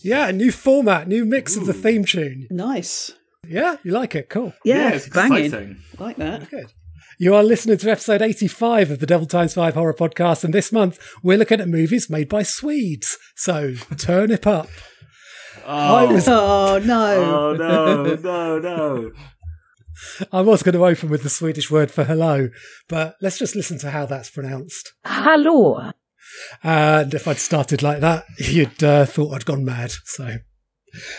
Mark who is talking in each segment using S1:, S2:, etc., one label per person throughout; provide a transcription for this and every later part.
S1: Yeah, new format, new mix of the theme tune.
S2: Nice.
S1: Yeah, you like it? Cool.
S2: Yeah,
S3: it's
S2: banging.
S3: exciting.
S2: Like that.
S1: Good. You are listening to episode 85 of the Devil Times 5 Horror Podcast, and this month we're looking at movies made by Swedes. So turn it up. I
S3: Oh,
S1: was
S2: Oh no.
S3: oh no, no, no.
S1: I was going to open with the Swedish word for hello, but let's just listen to how that's pronounced.
S4: Hallå!
S1: And if I'd started like that, you'd uh, thought I'd gone mad. So,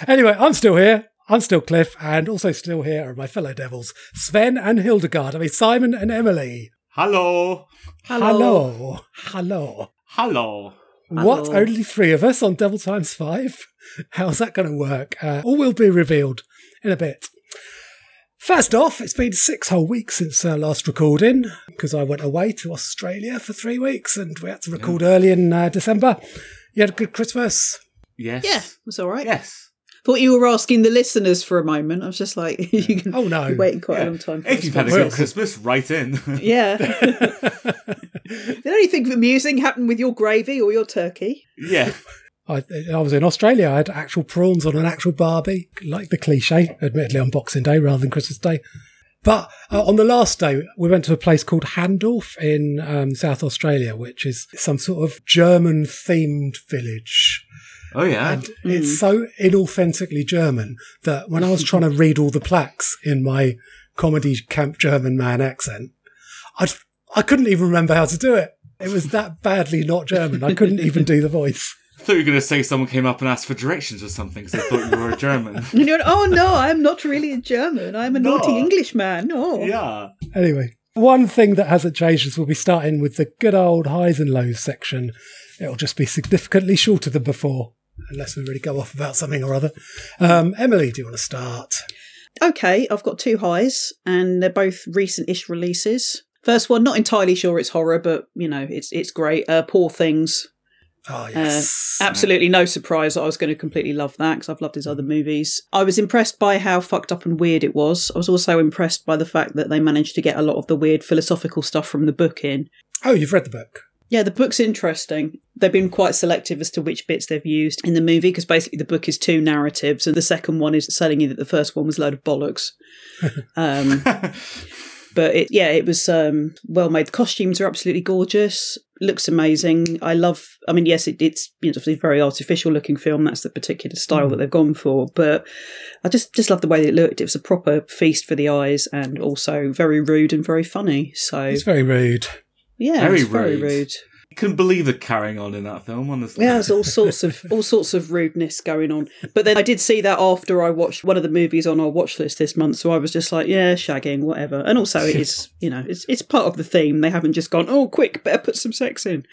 S1: anyway, I'm still here. I'm still Cliff, and also still here are my fellow devils, Sven and Hildegard. I mean, Simon and Emily.
S3: Hello.
S1: Hello. Hello.
S3: Hello.
S1: What?
S2: Hello.
S1: Only three of us on Devil Times 5? How's that going to work? Uh, all will be revealed in a bit. First off, it's been six whole weeks since uh, last recording because I went away to Australia for three weeks and we had to record early in uh, December. You had a good Christmas?
S3: Yes.
S2: Yeah, it's all right.
S3: Yes.
S2: Thought you were asking the listeners for a moment. I was just like, you can
S1: Oh, no.
S2: wait quite
S3: Yeah.
S2: a long time. For
S3: If
S2: this
S3: you've had a
S2: one.
S3: good Christmas, write in.
S2: yeah. Did anything amusing happen with your gravy or your turkey?
S3: yeah.
S1: I, I was in Australia. I had actual prawns on an actual Barbie, like the cliche, admittedly on Boxing Day rather than Christmas Day. But uh, on the last day, we went to a place called Handorf in um, South Australia, which is some sort of German themed village.
S3: Oh yeah.
S1: And it's so inauthentically German that when I was trying to read all the plaques in my comedy camp German man accent, I, I couldn't even remember how to do it. It was that badly not German. I couldn't even do the voice.
S3: I thought you were going to say someone came up and asked for directions or something because they thought you were a German.
S2: And you're like, oh no, I'm not really a German. I'm a
S3: No.
S2: naughty Englishman. No.
S3: yeah.
S1: Anyway, one thing that hasn't changed is we'll be starting with the good old highs and lows section. It'll just be significantly shorter than before, unless we really go off about something or other. Um, Emily, do you want to start?
S2: Okay, I've got two highs, and they're both recent-ish releases. First one, not entirely sure it's horror, but you know, it's it's great. Uh, Poor Things.
S1: Oh,
S2: Uh,
S1: yes.
S2: Absolutely no surprise that I was going to completely love that because I've loved his other movies. I was impressed by how fucked up and weird it was. I was also impressed by the fact that they managed to get a lot of the weird philosophical stuff from the book in.
S1: oh, you've read the book.
S2: Yeah, the book's interesting. They've been quite selective as to which bits they've used in the movie because basically the book is two narratives, and the second one is selling you that the first one was a load of bollocks. um, but it, yeah, it was um, well made. The costumes are absolutely gorgeous. Looks amazing. I love. I mean, yes, it, it's you know, obviously a very artificial looking film. That's the particular style
S3: Mm.
S2: that they've gone for. But I just just love the way that it looked. It was a proper feast for the eyes, and also very rude and very funny. So
S1: It's very rude.
S2: yeah,
S3: Very
S2: it was very
S3: rude.
S2: rude.
S3: You couldn't believe the carrying on in that film, honestly.
S2: Yeah, there's all sorts of all sorts of rudeness going on. But then I did see that after I watched one of the movies on our watch list this month, so I was just like, yeah, shagging, whatever. And also, it is you know, it's it's part of the theme. They haven't just gone, oh, quick, better put some sex in.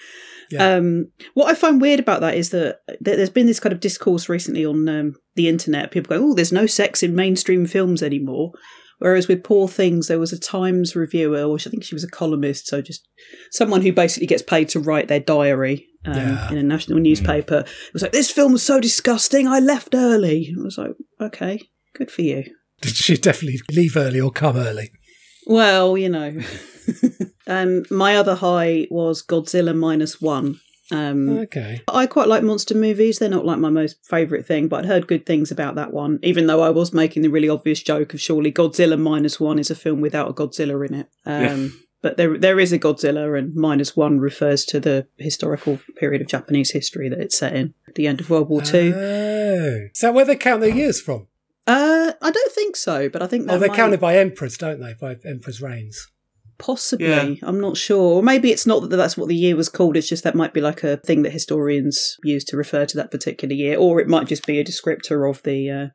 S1: Yeah.
S2: Um, what I find weird about that is that th- there's been this kind of discourse recently on um, the internet. People go, oh, there's no sex in mainstream films anymore. Whereas with Poor Things, there was a Times reviewer, which I think she was a columnist, so just someone who basically gets paid to write their diary um,
S1: Yeah.
S2: in a national newspaper. It was like, this film was so disgusting, I left early. And I was like, okay, good for you.
S1: Did she definitely leave early or come early?
S2: Well, you know. um, my other high was Godzilla Minus One. Um,
S1: Okay.
S2: I quite like monster movies. They're not like my most favourite thing, but I'd heard good things about that one, even though I was making the really obvious joke of surely Godzilla Minus One is a film without a Godzilla in it. Um,
S3: Yeah.
S2: But there, there is a Godzilla, and Minus One refers to the historical period of Japanese history that it's set in, the end of World War Two.
S1: Oh. Is that where they count their years from?
S2: Uh, I don't think so, but I think
S1: Oh,
S2: that
S1: they're
S2: might-
S1: counted by emperors, don't they? By emperors' reigns.
S2: Possibly,
S3: Yeah.
S2: I'm not sure. Or maybe it's not that that's what the year was called. It's just that might be like a thing that historians use to refer to that particular year, or it might just be a descriptor of the. Uh...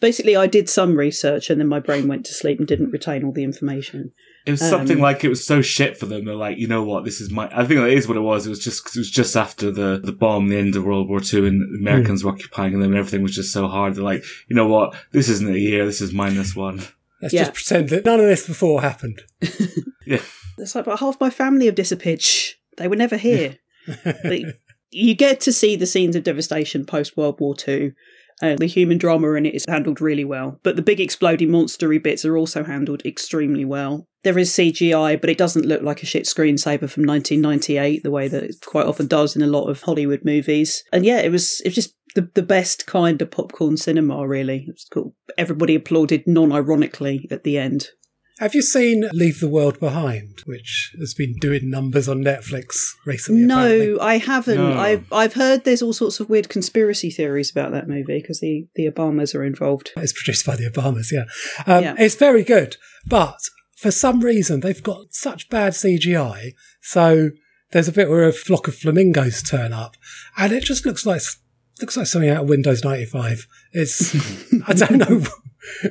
S2: Basically, I did some research and then my brain went to sleep and didn't retain all the information.
S3: It was something
S2: Um,
S3: like it was so shit for them. They're like, you know what? This is my. I think that is what it was. It was just 'cause it was just after the the bomb, the end of World War Two, and the Americans were occupying them, and everything was just so hard. They're like, you know what? This isn't a year. This is minus one.
S1: Let's
S2: Yeah.
S1: just pretend that none of this before happened.
S2: It's like, but half my family have disappeared. Shh, they were never here. But you get to see the scenes of devastation post World War Two. Uh, the human drama in it is handled really well, but the big exploding monstery bits are also handled extremely well. There is CGI, but it doesn't look like a shit screensaver from 1998, the way that it quite often does in a lot of Hollywood movies. And yeah, it was it was just the, the best kind of popcorn cinema, really. It's cool. Everybody applauded non ironically at the end.
S1: Have you seen Leave the World Behind, which has been doing numbers on Netflix recently?
S2: no,
S1: apparently?
S2: I haven't.
S3: No.
S2: I've I've heard there's all sorts of weird conspiracy theories about that movie because the the Obamas are involved.
S1: It's produced by the Obamas, yeah. Um,
S2: Yeah.
S1: It's very good, but for some reason they've got such bad CGI. So there's a bit where a flock of flamingos turn up, and it just looks like looks like something out of Windows 95. It's I don't know.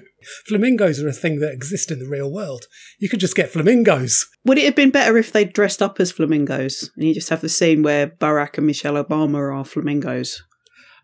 S1: flamingos are a thing that exist in the real world. You could just get flamingos.
S2: Would it have been better if they dressed up as flamingos and you just have the scene where Barack and Michelle Obama are flamingos?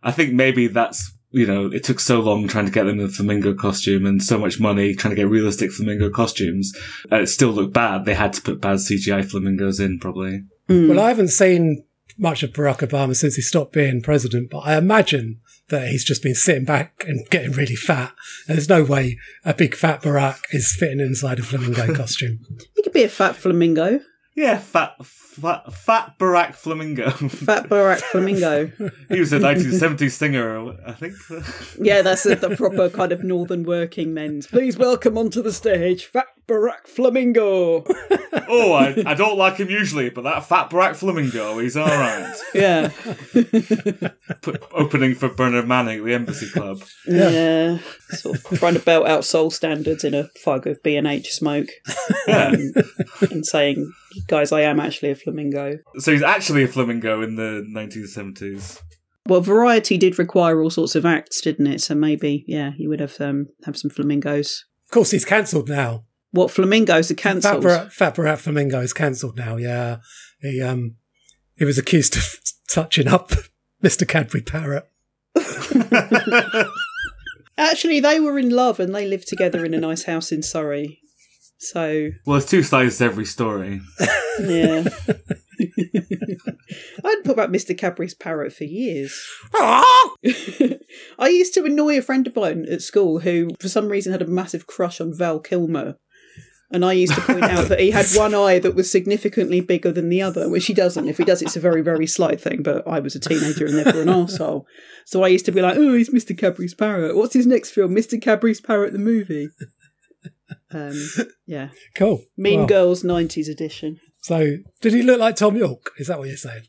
S3: I think maybe that's you know it took so long trying to get them in the flamingo costume and so much money trying to get realistic flamingo costumes. Uh, it still looked bad. They had to put bad CGI flamingos in probably.
S2: Hmm.
S1: Well, I haven't seen much of Barack Obama since he stopped being president, but I imagine that he's just been sitting back and getting really fat. And there's no way a big fat Barack is fitting inside a flamingo costume.
S2: He could be a fat flamingo,
S3: Yeah, fat, fat, fat Barack Flamingo.
S2: fat Barack flamingo.
S3: he was a 1970s singer, I think.
S2: Yeah, that's the, the proper kind of northern working men's. Please welcome onto the stage, Fat Barack Flamingo.
S3: oh, I, I don't like him usually, but that fat Barack Flamingo, he's all right.
S2: Yeah,
S3: P- opening for Bernard Manning at the Embassy Club.
S2: yeah. Sort of trying to belt out soul standards in a fog of B and H smoke,
S3: Yeah.
S2: um, and saying, "Guys, I am actually a flamingo."
S3: So he's actually a flamingo in the 1970s.
S2: Well, variety did require all sorts of acts, didn't it? So maybe, yeah, you would have um, have some flamingos.
S1: Of course, he's cancelled now.
S2: What flamingos are
S1: Fat
S2: cancelled?
S1: Barack, fat Barack Flamingo is cancelled now. Yeah, he um he was accused of touching up Mr. Cadbury Parrot.
S2: Actually, they were in love and they lived together in a nice house in Surrey. So
S3: well, there's two sides to every story.
S2: yeah. I'd put about Mr. Cadbury's parrot for years. Ah! I used to annoy a friend of mine at school who, for some reason, had a massive crush on Val Kilmer. And I used to point out that he had one eye that was significantly bigger than the other, which he doesn't. If he does, it's a very, very slight thing. But I was a teenager and therefore an arsehole. So I used to be like, oh, he's Mr. Cadbury's Parrot. What's his next film? Mr. Cadbury's Parrot, the movie. Um, yeah.
S1: Cool.
S2: Mean
S1: Well,
S2: Girls 90s edition.
S1: So, did he look like Tom York? Is that what you're saying?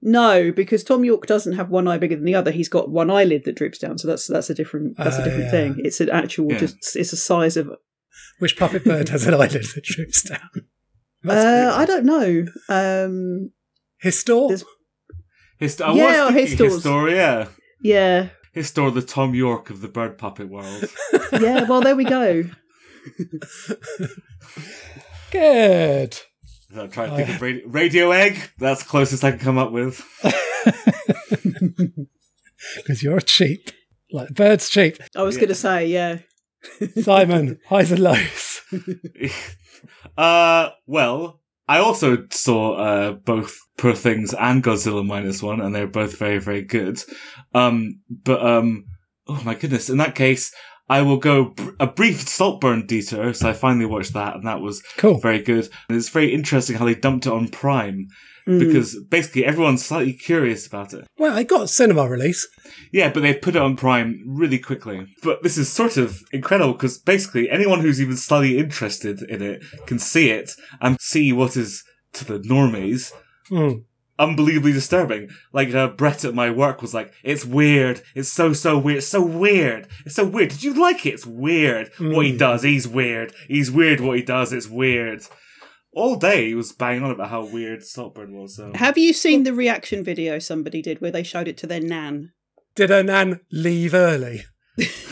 S2: No, because Tom York doesn't have one eye bigger than the other. He's got one eyelid that droops down. So that's that's a different that's
S1: Ah,
S2: a different
S1: yeah.
S2: thing. It's an actual
S3: Yeah.
S2: just it's a size of.
S1: Which puppet bird has an eyelid that droops down? That's
S2: Uh,
S1: cool.
S2: I don't know. Um,
S1: Histor?
S2: there's-
S3: Hist- I
S2: Yeah,
S3: was thinking
S2: Histor's-
S3: Historia.
S2: yeah,
S3: Histor, the Tom York of the bird puppet world.
S2: yeah. Well, there we go.
S1: Good.
S3: I'm trying to think of radio, radio Egg. That's the closest I can come up with.
S1: because you're cheap. Like the bird's cheap.
S2: I was
S3: Yeah.
S2: going to say yeah.
S1: Simon, highs and lows.
S3: uh, well, I also saw uh, both Poor Things and Godzilla Minus One, and they're both very, very good. Um, but um, oh my goodness! In that case, I will go br- a brief Saltburn detour. So I finally watched that, and that was
S1: Cool.
S3: very good. And it's very interesting how they dumped it on Prime
S2: Mm.
S3: because basically everyone's slightly curious about it.
S1: Well, it got cinema release.
S3: Yeah, but they've put it on Prime really quickly. But this is sort of incredible because basically anyone who's even slightly interested in it can see it and see what is to the normies
S1: Mm.
S3: unbelievably disturbing. Like uh, Brett at my work was like, "It's weird. It's so so weird. It's so weird. It's so weird. Did you like it? It's weird. What he
S1: Mm.
S3: does, he's weird. He's weird. What he does, it's weird." All day he was banging on about how weird Saltburn was. So.
S2: Have you seen the reaction video somebody did where they showed it to their nan?
S1: Did her nan leave early?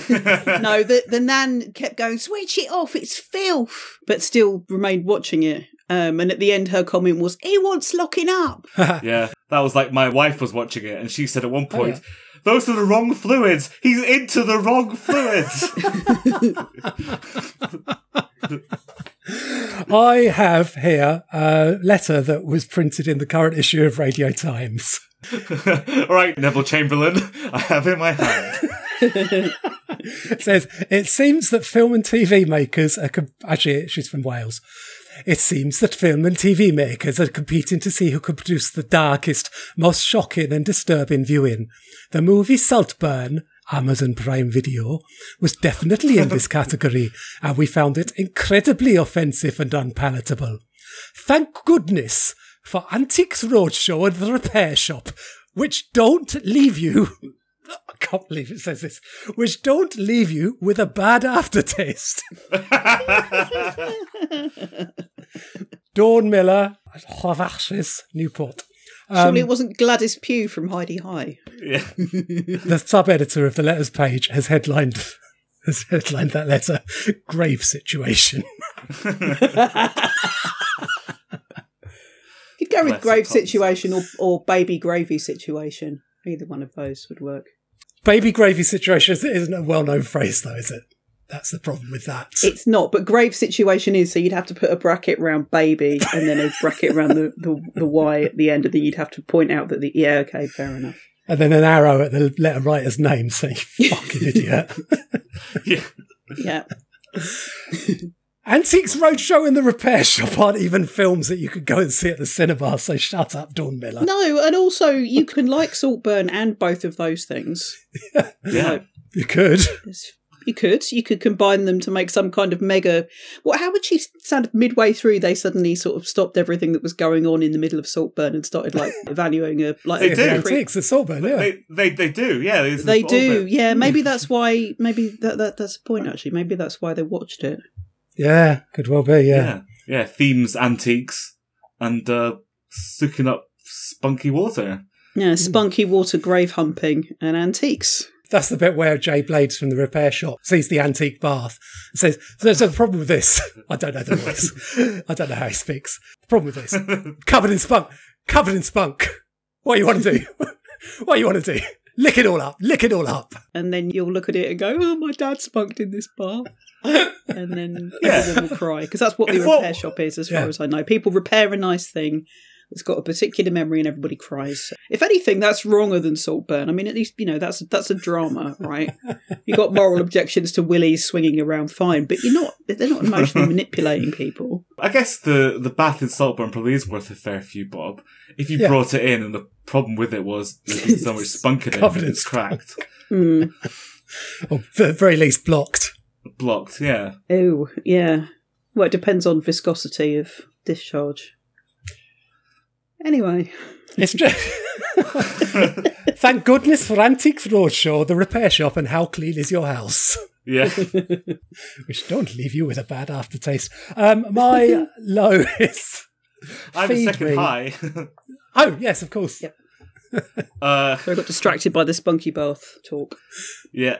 S2: No, the the nan kept going, switch it off, it's filth, but still remained watching it. Um, and at the end, her comment was, "He wants locking up."
S3: Yeah, that was like my wife was watching it, and she said at one point, "Those are the wrong fluids. He's into the wrong fluids."
S1: I have here a letter that was printed in the current issue of Radio Times.
S3: All right, Neville Chamberlain, I have in my hand.
S1: It says, It seems that film and TV makers are. Com- Actually, she's from Wales. It seems that film and TV makers are competing to see who can produce the darkest, most shocking and disturbing viewing. The movie Saltburn, Amazon Prime Video, was definitely in this category, and we found it incredibly offensive and unpalatable. Thank goodness for Antiques Roadshow and the Repair Shop, which don't leave you. I can't believe it says this. Which don't leave you with a bad aftertaste. Dawn Miller, Hovachis, Newport. Um,
S2: Surely it wasn't Gladys Pugh from Heidi High.
S3: yeah.
S1: the sub editor of the letters page has headlined has headlined that letter grave situation.
S2: You could go with
S3: Bless
S2: grave
S3: the cotton
S2: situation or, or baby gravy situation. Either one of those would work.
S1: Baby gravy situation is- isn't a well known phrase though, is it? That's the problem with that.
S2: It's not, but grave situation is. So you'd have to put a bracket round baby and then a bracket round the, the, the Y at the end, and then you'd have to point out that the yeah, okay, fair enough.
S1: and then an arrow at the letter writer's name saying, "You fucking idiot.
S3: yeah.
S2: Yeah,
S1: Antiques Roadshow and the Repair Shop aren't even films that you could go and see at the cinema, so shut up, Dawn Miller.
S2: no, and also you can like Saltburn and both of those things.
S3: Yeah.
S2: Like,
S1: You could.
S2: it's- you could, you could combine them to make some kind of mega. Well, how would she sound? Midway through, they suddenly sort of stopped everything that was going on in the middle of Saltburn and started like evaluating a like
S3: They
S2: a
S1: It's an
S3: do.
S2: pre-
S1: Antiques, it's Auburn, yeah.
S3: They, they they do, yeah. it's-
S2: They
S3: it's all
S2: do,
S3: bit-
S2: yeah. Maybe that's why. Maybe that, that that's the point. Actually, maybe that's why they watched it.
S1: yeah, could well be, yeah.
S3: yeah. Yeah, themes, antiques, and uh, soaking up spunky water.
S2: Yeah, spunky water, grave humping, and antiques.
S1: That's the bit where Jay Blades from the repair shop sees the antique bath and says, There's a problem with this. I don't know the voice. I don't know how he speaks. The problem with this. Covered in spunk. Covered in spunk. What you want to do? what you want to do? Lick it all up. Lick it all up.
S2: And then you'll look at it and go, "Oh, my dad spunked in this bar," and then
S3: Yeah.
S2: everyone will cry because that's what the
S3: If what-
S2: repair shop is, as
S1: Yeah.
S2: far as I know. People repair a nice thing that's got a particular memory, and everybody cries. If anything, that's wronger than Saltburn. I mean, at least you know that's that's a drama, right? You got moral objections to Willie's swinging around fine, but you're not. They're not emotionally manipulating people.
S3: I guess the, the bath in Saltburn probably is worth a fair few bob. If you
S1: Yeah.
S3: brought it in and the problem with it was there's so much spunk in it,
S1: Covered in
S3: it's cracked,
S2: Mm.
S1: Or at the very least, blocked.
S3: blocked, yeah.
S2: Oh, yeah. Well, it depends on viscosity of discharge. Anyway,
S1: It's just. Thank goodness for Antiques Roadshow, the repair shop, and how clean is your house?
S3: Yeah.
S1: Which don't leave you with a bad aftertaste. Um, my low is.
S3: I have a
S1: Feed
S3: second
S1: me.
S3: high.
S1: Oh, yes, of course.
S2: Yep.
S3: uh,
S2: I got distracted by the spunky bath talk.
S3: yeah.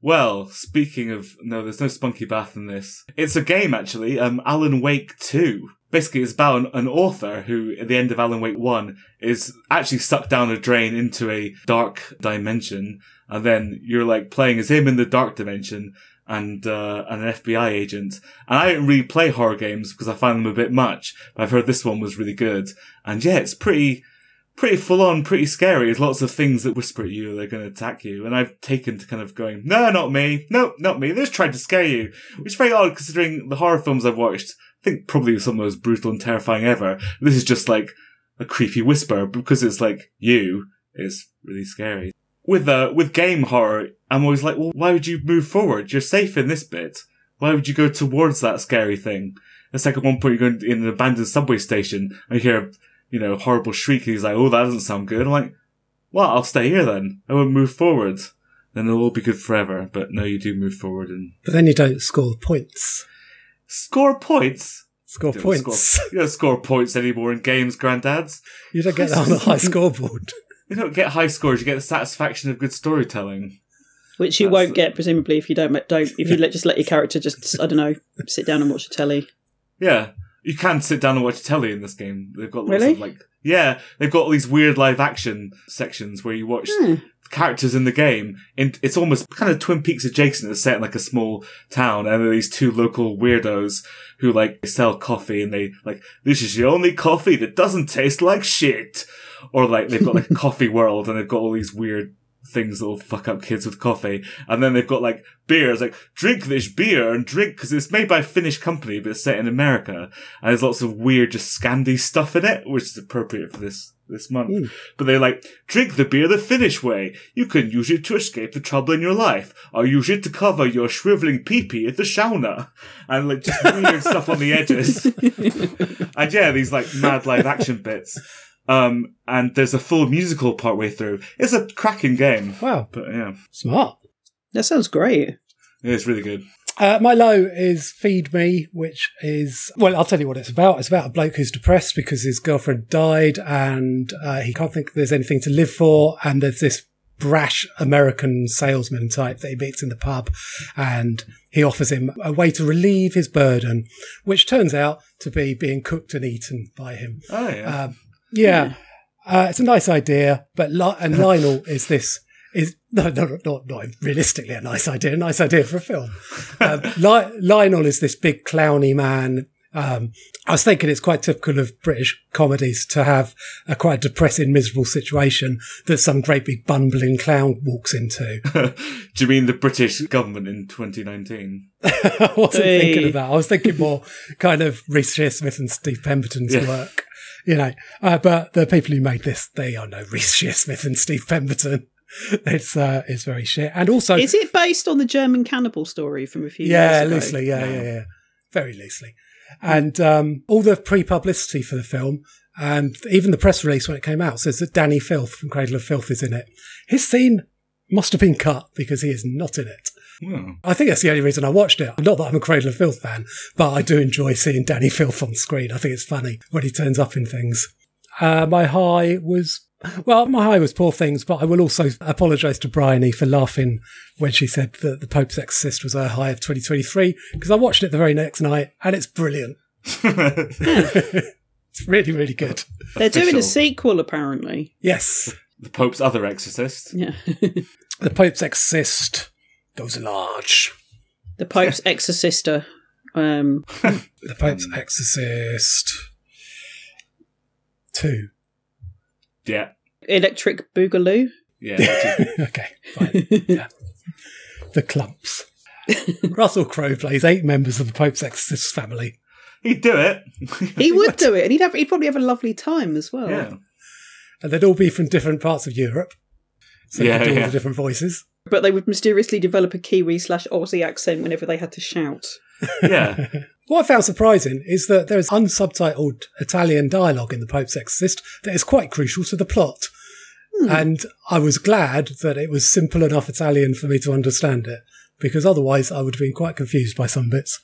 S3: Well, speaking of no, there's no spunky bath in this. It's a game actually. Um, Alan Wake Two. Basically, it's about an, an author who, at the end of Alan Wake One, is actually sucked down a drain into a dark dimension, and then you're like playing as him in the dark dimension and uh, and an FBI agent. And I don't really play horror games because I find them a bit much. But I've heard this one was really good, and yeah, it's pretty pretty full on, pretty scary. There's lots of things that whisper at you they're going to attack you, and I've taken to kind of going, no, not me, no, not me. They're just trying to scare you, which is very odd considering the horror films I've watched. I think probably some of the most brutal and terrifying ever. This is just like a creepy whisper because it's like you. It's really scary. With uh, with game horror, I'm always like, well, why would you move forward? You're safe in this bit. Why would you go towards that scary thing? It's like at one point you're going in an abandoned subway station and you hear a you know, horrible shriek. And he's like, oh, that doesn't sound good. I'm like, well, I'll stay here then. I won't move forward. Then it'll all be good forever. But no, you do move forward and
S1: But then you don't score points.
S3: score points.
S1: Score
S3: Don't
S1: points.
S3: Score, you don't score points anymore in games, granddads.
S1: You don't get that on the high scoreboard.
S3: You don't get high scores. You get the satisfaction of good storytelling.
S2: Which you
S3: That's
S2: won't
S3: the-
S2: get, presumably, if you don't, don't if you let, just let your character just, I don't know, sit down and watch the telly.
S3: Yeah. You can sit down and watch telly in this game. They've got lots
S2: Really?
S3: of like, yeah, they've got all these weird live action sections where you watch
S2: Hmm.
S3: characters in the game, and it's almost kind of Twin Peaks adjacent. It's set in like a small town, and there are these two local weirdos who like sell coffee, and they like this is the only coffee that doesn't taste like shit, or like they've got like a coffee world, and they've got all these weird things that will fuck up kids with coffee. And then they've got like beers, like drink this beer and drink because it's made by a Finnish company, but it's set in America. And there's lots of weird, just Scandi stuff in it, which is appropriate for this this month.
S1: Ooh.
S3: But they like drink the beer the Finnish way. You can use it to escape the trouble in your life, or use it to cover your shriveling pee-pee at the sauna, and like just weird stuff on the edges. and yeah, these like mad live action bits. Um, and there's a full musical part way through. It's a cracking game,
S1: Wow,
S3: but yeah,
S1: smart.
S2: That sounds great.
S3: yeah it's really good.
S1: Uh, my low is Feed Me, which is, well, I'll tell you what it's about. It's about a bloke who's depressed because his girlfriend died and uh, he can't think there's anything to live for. And there's this brash American salesman type that he meets in the pub and he offers him a way to relieve his burden, which turns out to be being cooked and eaten by him.
S3: Oh yeah,
S1: Um, yeah, Uh, it's a nice idea, but Li- and Lionel is this is no, no, no, not not realistically a nice idea, a nice idea for a film. Um, Li- Lionel is this big clowny man. Um, I was thinking it's quite typical of British comedies to have a quite depressing, miserable situation that some great big bumbling clown walks into.
S2: Uh,
S3: do you mean the British government in 2019?
S1: I wasn't
S2: Hey.
S1: thinking of that. I was thinking more kind of Reese Shearsmith and Steve Pemberton's
S3: Yeah.
S1: work, you know. Uh, but the people who made this, they are no Reese Shearsmith and Steve Pemberton. It's uh, it's very shit. And also,
S2: Is it based on the German cannibal story from a few
S1: yeah,
S2: years ago?
S1: loosely, yeah, yeah, yeah, very loosely. And um, all the pre-publicity for the film, and even the press release when it came out says that Danny Filth from Cradle of Filth is in it. His scene must have been cut because he is not in it.
S3: Oh.
S1: I think that's the only reason I watched it. Not that I'm a Cradle of Filth fan, but I do enjoy seeing Danny Filth on screen. I think it's funny when he turns up in things. Uh, my high was, well, my high was poor things, but I will also apologise to Bryony for laughing when she said that The Pope's Exorcist was her high of 2023, because I watched it the very next night and it's brilliant. It's really, really good.
S2: They're doing
S3: Official.
S2: a sequel, apparently.
S1: Yes.
S3: the Pope's other exorcist.
S2: Yeah.
S1: The Pope's Exorcist goes large.
S2: the Pope's exorcister. Um,
S1: The Pope's Exorcist 2.
S3: Yeah,
S2: electric Boogaloo.
S3: yeah. that's it.
S1: okay, fine. Yeah. The clumps. Russell Crowe plays eight members of the Pope's exorcist family.
S3: He'd do it.
S2: He would do it, and he'd have he'd probably have a lovely time as well.
S3: yeah.
S1: And they'd all be from different parts of Europe. So yeah,
S3: Yeah,
S1: all
S3: yeah.
S1: the different voices.
S2: But they would mysteriously develop a Kiwi slash Aussie accent whenever they had to shout.
S3: Yeah.
S1: What I found surprising is that there is unsubtitled Italian dialogue in The Pope's Exorcist that is quite crucial to the plot.
S3: Hmm.
S1: And I was glad that it was simple enough Italian for me to understand it, because otherwise I would have been quite confused by some bits.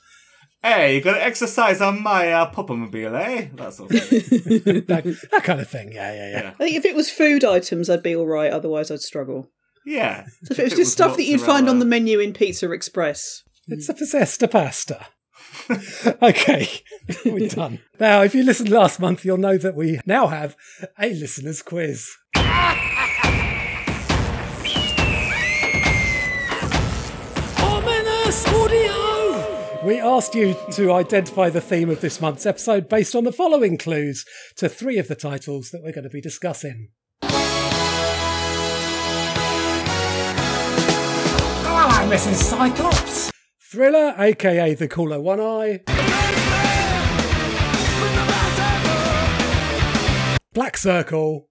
S3: Hey, you gotta exercise on my uh, popomobile, eh? That sort of thing.
S1: That, that kind of thing. Yeah, yeah, yeah.
S2: I think if it was food items, I'd be all right. Otherwise, I'd struggle.
S3: Yeah.
S2: So if it was just stuff that you'd find
S3: uh,
S2: on the menu in Pizza Express.
S1: It's a possessed pasta. okay, we're done. Now, if you listened last month, you'll know that we now have a listener's quiz. We asked you to identify the theme of this month's episode based on the following clues to three of the titles that we're going to be discussing. Ah, Mrs. Cyclops! Thriller, aka The Caller One Eye. Black Circle.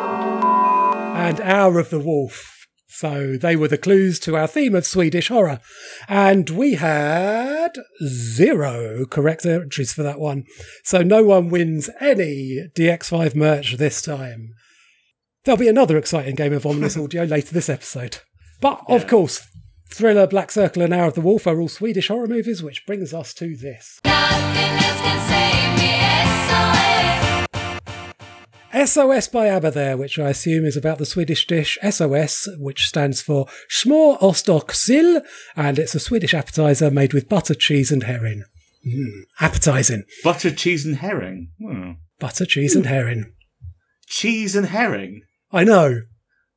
S1: And Hour of the Wolf. So they were the clues to our theme of Swedish horror. And we had zero correct entries for that one. So no one wins any DX5 merch this time. There'll be another exciting game of ominous audio later this episode. But of course, Thriller, Black Circle, and Hour of the Wolf are all Swedish horror movies, which brings us to this.
S4: Nothing else can save me. SOS.
S1: SOS by ABBA there, which I assume is about the Swedish dish SOS, which stands for Smör Ost och Sill, and it's a Swedish appetizer made with butter, cheese, and herring. Mm, appetizing.
S3: Butter, cheese, and herring. Hmm.
S1: Butter, cheese, and herring.
S3: Cheese and herring.
S1: I know.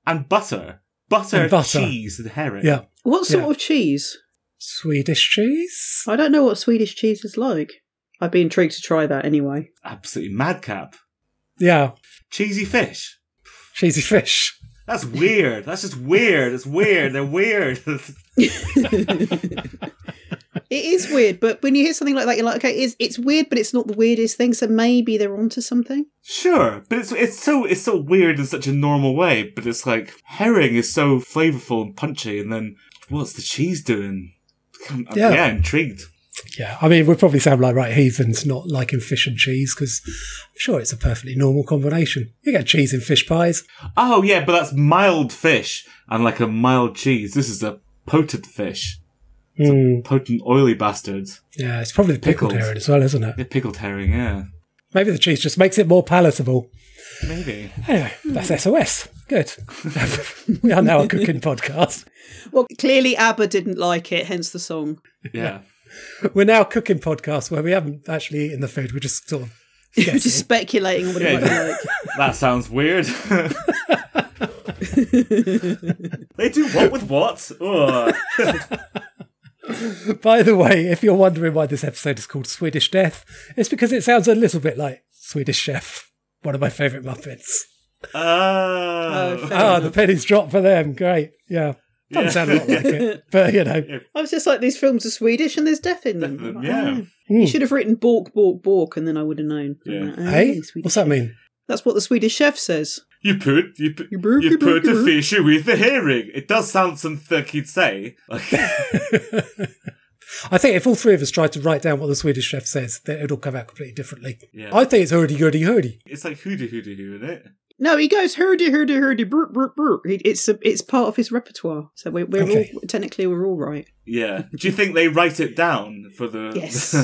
S3: And butter. Butter,
S1: And butter.
S3: cheese, and herring.
S1: Yeah.
S2: What sort
S1: Yeah.
S2: of cheese?
S1: Swedish cheese?
S2: I don't know what Swedish cheese is like. I'd be intrigued to try that anyway.
S3: Absolutely madcap.
S1: Yeah.
S3: Cheesy fish.
S1: Cheesy fish.
S3: That's weird. That's just weird. It's weird. They're weird.
S2: It is weird, but when you hear something like that, you're like, okay, it's it's weird, but it's not the weirdest thing. So maybe they're onto something.
S3: sure, but it's it's so it's so weird in such a normal way. But it's like herring is so flavorful and punchy, and then what's the cheese doing? I'm, I'm-
S1: Yeah.
S3: yeah. intrigued.
S1: Yeah. I mean, we probably sound like right heathens not liking fish and cheese because I'm sure it's a perfectly normal combination. You get cheese in fish pies.
S3: Oh yeah, but that's mild fish and like a mild cheese. This is a potent fish,
S1: Mm.
S3: potent oily bastard.
S1: Yeah, it's probably the pickled
S3: Pickles.
S1: herring as well, isn't it?
S3: Yeah, pickled herring. Yeah,
S1: Maybe the cheese just makes it more palatable.
S3: maybe.
S1: Anyway, that's SOS. Good. we are now a cooking podcast.
S2: Well, clearly ABBA didn't like it, hence the song.
S3: Yeah.
S1: We're now a cooking podcast where we haven't actually eaten the food. We're just sort of
S2: We're just speculating on what it might be
S3: Yeah.
S2: like.
S3: That sounds weird. they do what with what? Oh, Ugh.
S1: By the way, if you're wondering why this episode is called Swedish Death, it's because it sounds a little bit like Swedish Chef, one of my favourite Muppets.
S3: Oh.
S2: Oh, fair.
S1: Ah, the pennies drop for them. Great. Yeah. Doesn't sound a lot like it, but you know.
S2: I was Oh, just like, these films are Swedish and there's death in them. I'm like,
S3: yeah.
S2: oh.
S1: Hmm.
S2: You should have written Bork, Bork, Bork, and then I would have known. I'm
S3: Uh, Yeah.
S2: like, oh,
S1: Hey,
S2: Swedish.
S1: what's that mean?
S2: That's what the Swedish chef says.
S3: You put you put,
S2: You broke
S3: you
S2: it,
S3: put
S2: broke it,
S3: the
S2: broke.
S3: fish with the herring. It does sound something he'd say. Like,
S1: I think if all three of us tried to write down what the Swedish chef says, then it'll come out completely differently.
S3: Yeah.
S1: I think it's hurdy gurdy hurdy.
S3: it's like hoodoo hoodoo hoo, isn't it?
S2: No, he goes hurdy, hurdy, hurdy, brr, brr, brr. He- It's a, it's part of his repertoire. So we're, we're
S1: Okay.
S2: all technically we're all right.
S3: Yeah. Do you think they write it down for the?
S2: Yes.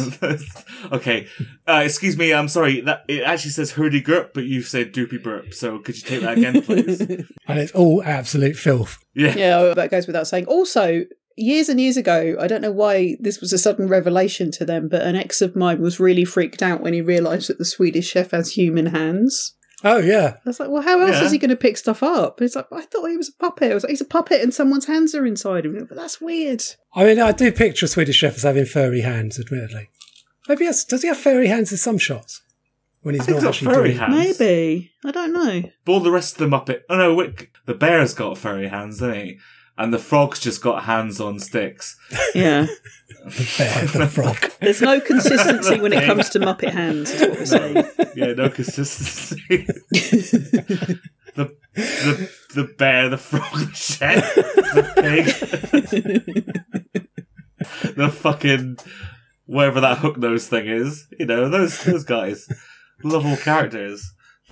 S3: okay. Uh, excuse me. I'm sorry. That it actually says hurdy gurp, but you said doopy burp. So could you take that again, please?
S1: And it's all absolute filth.
S3: yeah.
S2: Yeah, oh, that goes without saying. Also, years and years ago, I don't know why this was a sudden revelation to them, but an ex of mine was really freaked out when he realised that the Swedish chef has human hands.
S1: Oh, yeah.
S2: I was like, well, how else
S3: Yeah.
S2: is he going to pick stuff up? And it's like, I thought he was a puppet. I was like, he's a puppet and someone's hands are inside him. But that's weird.
S1: I mean, I do picture Swedish chef as having furry hands, admittedly. Maybe yes. Does he have furry hands in some shots? When he's
S3: I
S1: not
S3: think he's got
S1: actually
S3: furry
S1: doing-
S3: hands. Hands?
S2: Maybe. I don't know.
S3: But all the rest of the Muppet. Oh no, wait, the bear's got furry hands, doesn't he? And the frog's just got hands on sticks.
S2: Yeah.
S1: the bear, the frog.
S2: There's no consistency when it comes to Muppet hands, is what we're saying.
S3: Yeah, no consistency. the, the the bear, the frog, the shed, the pig, the fucking wherever that hook nose thing is. You know those those guys, lovable characters.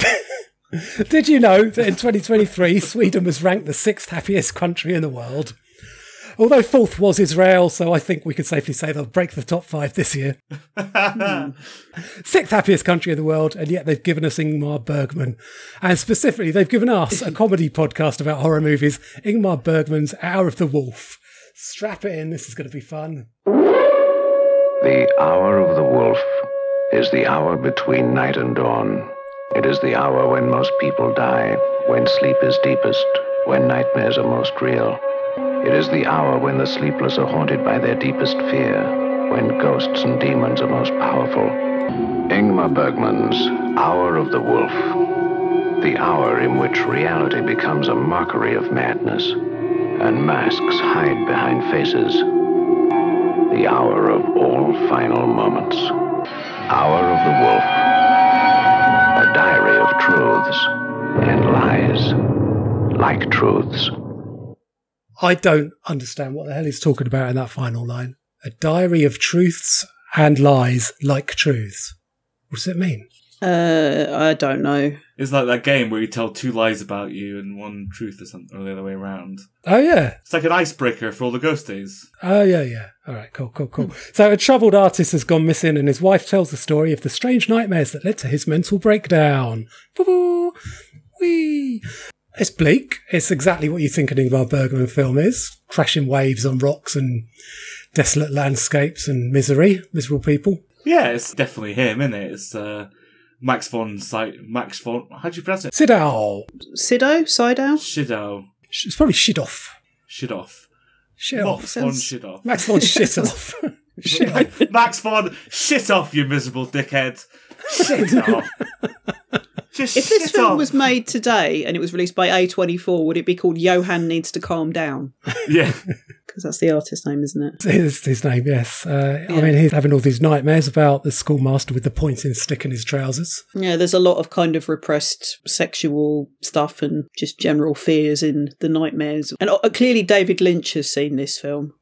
S1: Did you know that in 2023, Sweden was ranked the sixth happiest country in the world? Although fourth was Israel, so I think we could safely say they'll break the top five this year. Sixth happiest country in the world, and yet they've given us Ingmar Bergman. And specifically, they've given us a comedy podcast about horror movies, Ingmar Bergman's Hour of the Wolf. Strap it in, this is going to be fun.
S5: The hour of the wolf is the hour between night and dawn. It is the hour when most people die, when sleep is deepest, when nightmares are most real. It is the hour when the sleepless are haunted by their deepest fear, when ghosts and demons are most powerful. Ingmar Bergman's Hour of the Wolf. The hour in which reality becomes a mockery of madness, and masks hide behind faces the hour of all final moments. Hour of the Wolf. A diary of truths and lies, like truths.
S1: I don't understand what the hell he's talking about in that final line. A diary of truths and lies like truths. What does it mean?
S2: Uh, I don't know.
S3: It's like that game where you tell two lies about you and one truth or something, or the other way around.
S1: Oh, yeah.
S3: It's like an icebreaker for all the ghost days.
S1: Oh, yeah, yeah. All right, cool, cool, cool. So, a troubled artist has gone missing, and his wife tells the story of the strange nightmares that led to his mental breakdown. Boo-boo. Whee. It's bleak. It's exactly what you think an Ingmar Bergman film is crashing waves on rocks and desolate landscapes and misery, miserable people.
S3: Yeah, it's definitely him, isn't it? It's uh, Max von Sy- Max von. How do you pronounce it?
S1: Sidow.
S2: Sido? Sido?
S3: Shido.
S1: It's probably Shidoff.
S3: Shidoff.
S1: Shidoff.
S3: Max von
S2: Sounds-
S3: Shidoff.
S1: Max von Shitoff. Shit.
S3: Max von, shit off, you miserable dickhead. Shit off. Just
S2: If this
S3: sit
S2: film
S3: up.
S2: was made today and it was released by A24, would it be called Johan Needs to Calm Down?
S3: yeah,
S2: Because that's the artist name, isn't it?
S1: His, his name, yes. Uh, I
S2: Yeah.
S1: mean, he's having all these nightmares about the schoolmaster with the pointing stick in his trousers.
S2: Yeah, there's a lot of kind of repressed sexual stuff and just general fears in the nightmares. And uh, clearly, David Lynch has seen this film.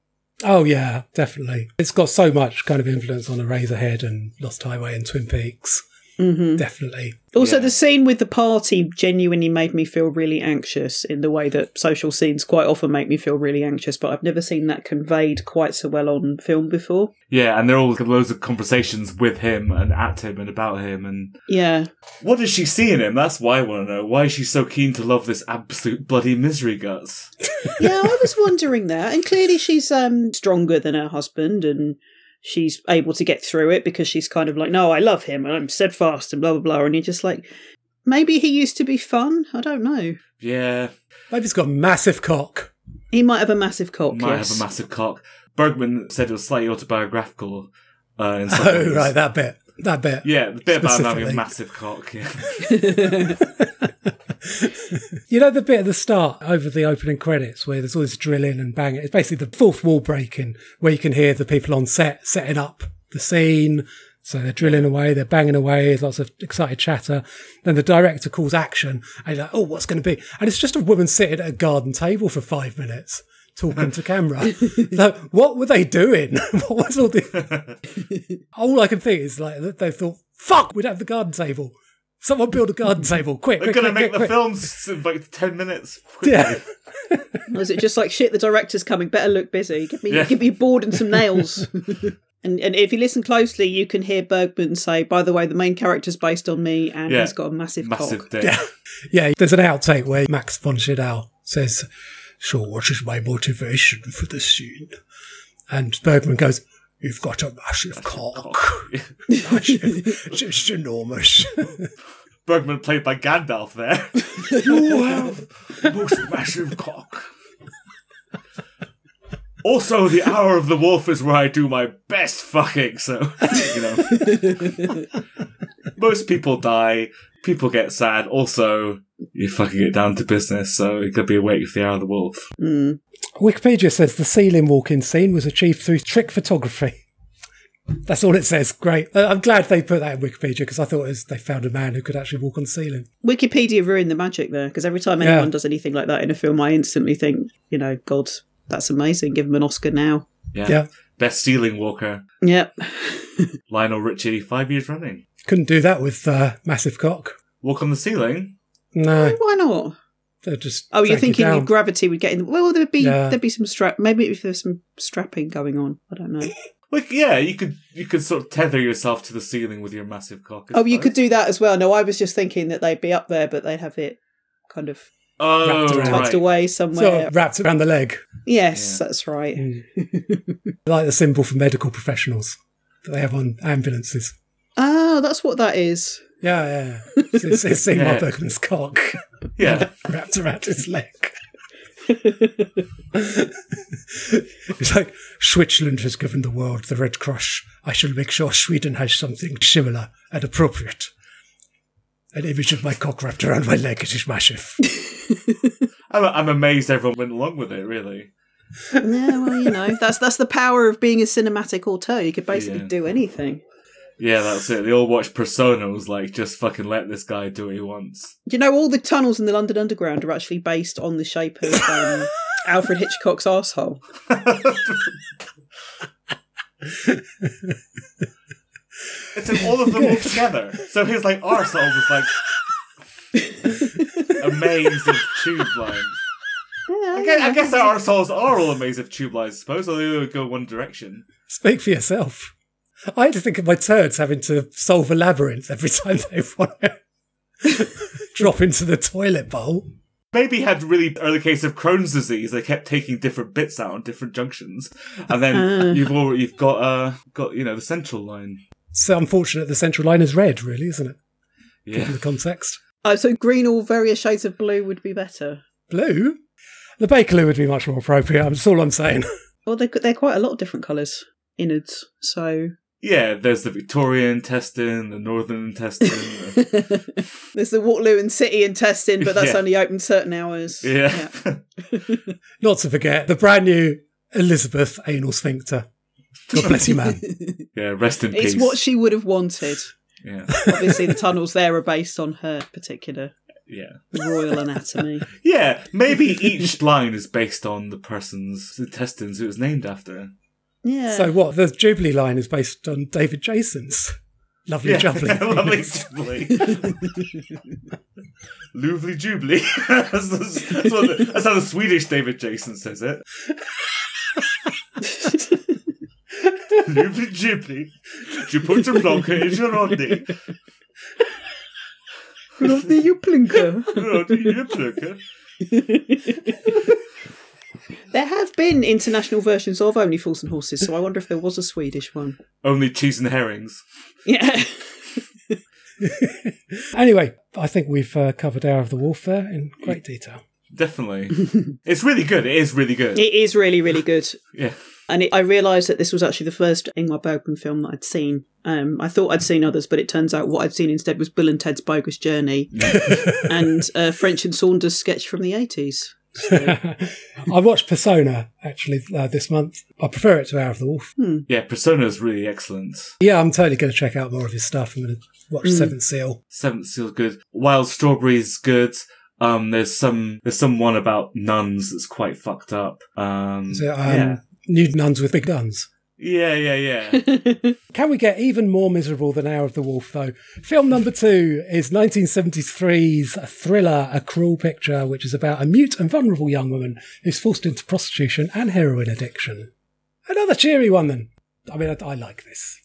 S1: Oh, yeah, definitely. It's got so much kind of influence on Eraserhead and Lost Highway and Twin Peaks.
S3: Mm-hmm.
S2: hmm
S1: Definitely.
S2: Also,
S3: Yeah.
S2: the scene with the party genuinely made me feel really anxious in the way that social scenes quite often make me feel really anxious, but I've never seen that conveyed quite so well on film before.
S3: yeah, and they're all got loads of conversations with him and at him and about him and
S2: Yeah.
S3: what does she see in him? That's why I want to know. Why is she so keen to love this absolute bloody misery guts?
S2: yeah, I was wondering that. And clearly she's um stronger than her husband and she's able to get through it because she's kind of like, No, I love him and I'm steadfast and blah blah blah and you're just like Maybe he used to be fun. I don't know.
S3: Yeah,
S1: Maybe it's got massive cock.
S2: He might have a massive cock.
S3: might
S2: yes.
S3: have a massive cock. Bergman said it was slightly autobiographical. Uh, in some
S1: Oh,
S3: ways.
S1: right, that bit. That bit.
S3: Yeah, the bit about him having a
S1: Specifically.
S3: massive cock. Yeah.
S1: You know the bit at the start over the opening credits where there's all this drilling and banging. It's basically the fourth wall breaking where you can hear the people on set setting up the scene. So they're drilling away, they're banging away, there's lots of excited chatter. Then the director calls action and you're like, oh, what's going to be? And it's just a woman sitting at a garden table for five minutes talking to camera. like, what were they doing? what was all this? all I can think is like that they thought, fuck, we'd have the garden table. Someone build a garden table, quick.
S3: They're
S1: quick,
S3: gonna
S1: quick,
S3: make
S1: quick,
S3: the
S1: quick.
S3: film s- like ten minutes.
S1: Yeah.
S2: Was it just like shit? The director's coming. Better look busy. Give me,
S3: Yeah.
S2: give me a board and some nails. and and if you listen closely, you can hear Bergman say, "By the way, the main character's based on me, and
S3: Yeah.
S2: he's got a massive,
S3: Massive
S2: cock."
S3: dick.
S1: Yeah, there's an outtake where Max von Sydow says, "So what is my motivation for this scene?" And Bergman goes, "You've got a massive cock.
S3: Cock.
S1: Massive, just enormous."
S3: Bergman played by Gandalf there. you have the most massive cock. Also, the hour of the wolf is where I do my best fucking, so, you know. most people die, people get sad, also, you fucking get down to business, so it could be awake for the hour of the wolf.
S2: Mm.
S1: Wikipedia says the ceiling walk-in scene was achieved through trick photography. That's all it says. Great. Uh, I'm glad they put that in Wikipedia because I thought it was, they found a man who could actually walk on the ceiling.
S2: Wikipedia ruined the magic there because every time
S1: Yeah.
S2: anyone does anything like that in a film, I instantly think, you know, God, that's amazing. Give him an Oscar now.
S3: Yeah.
S1: Yeah,
S3: Best stealing walker,
S2: Yep.
S3: Lionel Richie, five years running.
S1: couldn't do that with uh, massive cock.
S3: Walk on the ceiling?
S1: No,
S2: Why not?
S1: they'll just.
S2: Oh, you're
S1: drag you
S2: thinking
S1: down.
S2: gravity would get in. The- well, there'd be
S1: Yeah.
S2: there'd be some strap. Maybe if there's some strapping going on, I don't know.
S3: Like, yeah, you could you could sort of tether yourself to the ceiling with your massive cock. I
S2: Oh, you
S3: suppose.
S2: could do that as well. No, I was just thinking that they'd be up there, but they'd have it kind of
S3: Oh,
S1: Wrapped around.
S2: tucked
S3: right.
S2: away somewhere.
S1: Sort of wrapped around the leg.
S2: yes,
S3: Yeah.
S2: that's right.
S1: Mm. like the symbol for medical professionals that they have on ambulances.
S2: Oh, that's what that is.
S1: Yeah, yeah. yeah. It's, it's, it's seen
S3: Yeah.
S1: by Bergman's cock
S3: Yeah,
S1: wrapped around his leg. it's like Switzerland has given the world the Red Cross. I shall make sure Sweden has something similar and appropriate. An image of my cock wrapped around my leg. It is massive.
S3: I'm, I'm amazed everyone went along with it. Really,
S2: yeah, well, you know, that's that's the power of being a cinematic auteur. You could basically
S3: Yeah.
S2: do anything.
S3: yeah, that's it. They all watched Persona. and Was like, just fucking let this guy do what he wants.
S2: You know, all the tunnels in the London Underground are actually based on the shape of um, Alfred Hitchcock's asshole.
S3: It's in all of them all together. So his like arsehole was like a maze of tube lines. I guess, I guess our arseholes are all a maze of tube lines. I suppose although they all go one direction.
S1: Speak for yourself. I had to think of my turds having to solve a labyrinth every time they want to drop into the toilet bowl.
S3: Maybe had really early case of Crohn's disease. They kept taking different bits out on different junctions, and then
S2: Ah.
S3: you've already you've got uh got you know the central line.
S1: So unfortunate the central line is red, really, isn't it?
S3: Yeah,
S1: In the context.
S2: Oh, so green or various shades of blue would be better.
S1: Blue? The Bakerloo would be much more appropriate, that's all I'm saying.
S2: Well, they're, they're quite a lot of different colours innards. So
S3: yeah, there's the Victorian intestine, the northern intestine. the-
S2: There's the Waterloo and City intestine, but that's
S3: Yeah.
S2: only open certain hours.
S3: yeah.
S1: Not to forget the brand new Elizabeth anal sphincter. God bless you, man.
S3: Yeah, rest in
S2: It's
S3: peace.
S2: what she would have wanted.
S3: yeah.
S2: Obviously, the tunnels there are based on her particular
S3: Yeah.
S2: royal anatomy.
S3: Yeah. Maybe each line is based on the person's intestines it was named after.
S2: Yeah.
S1: So what? The Jubilee line is based on David Jason's. Lovely
S3: Yeah.
S1: jubbly.
S3: Lovely jubbly. Lovely jubbly. that's, the- that's what the- that's how the Swedish David Jason says it. Lovely jubbly. You put the blanca in your rondé.
S2: Lovely you plinker.
S3: Rondé, you plucker.
S2: There have been international versions of Only Fools and Horses, so I wonder if there was a Swedish one.
S3: Only cheese and herrings.
S2: Yeah.
S1: Anyway, I think we've uh, covered Hour of the Wolf there in great detail.
S3: Definitely. it's really good. It is really good.
S2: It is really, really good.
S3: Yeah.
S2: And it, I realised that this was actually the first Ingmar Bergman film that I'd seen. Um, I thought I'd seen others, but it turns out what I'd seen instead was Bill and Ted's Bogus Journey and uh, French and Saunders' sketch from the 80s.
S1: I watched Persona actually uh, this month. I prefer it to Hour of the Wolf.
S3: Yeah, Persona is really excellent.
S1: Yeah, I'm totally going to check out more of his stuff. I'm going to watch Seventh Seal.
S3: Seventh Seal's good. Wild Strawberry's good. Um, there's some there's some one about nuns that's quite fucked up. Um,
S1: So, um,
S3: yeah,
S1: Nude nuns with big guns.
S3: yeah, yeah, yeah.
S1: Can we get even more miserable than Hour of the Wolf, though? Film number two is 1973's thriller A Cruel Picture, which is about a mute and vulnerable young woman who's forced into prostitution and heroin addiction. Another cheery one, then. I mean, I, I like this.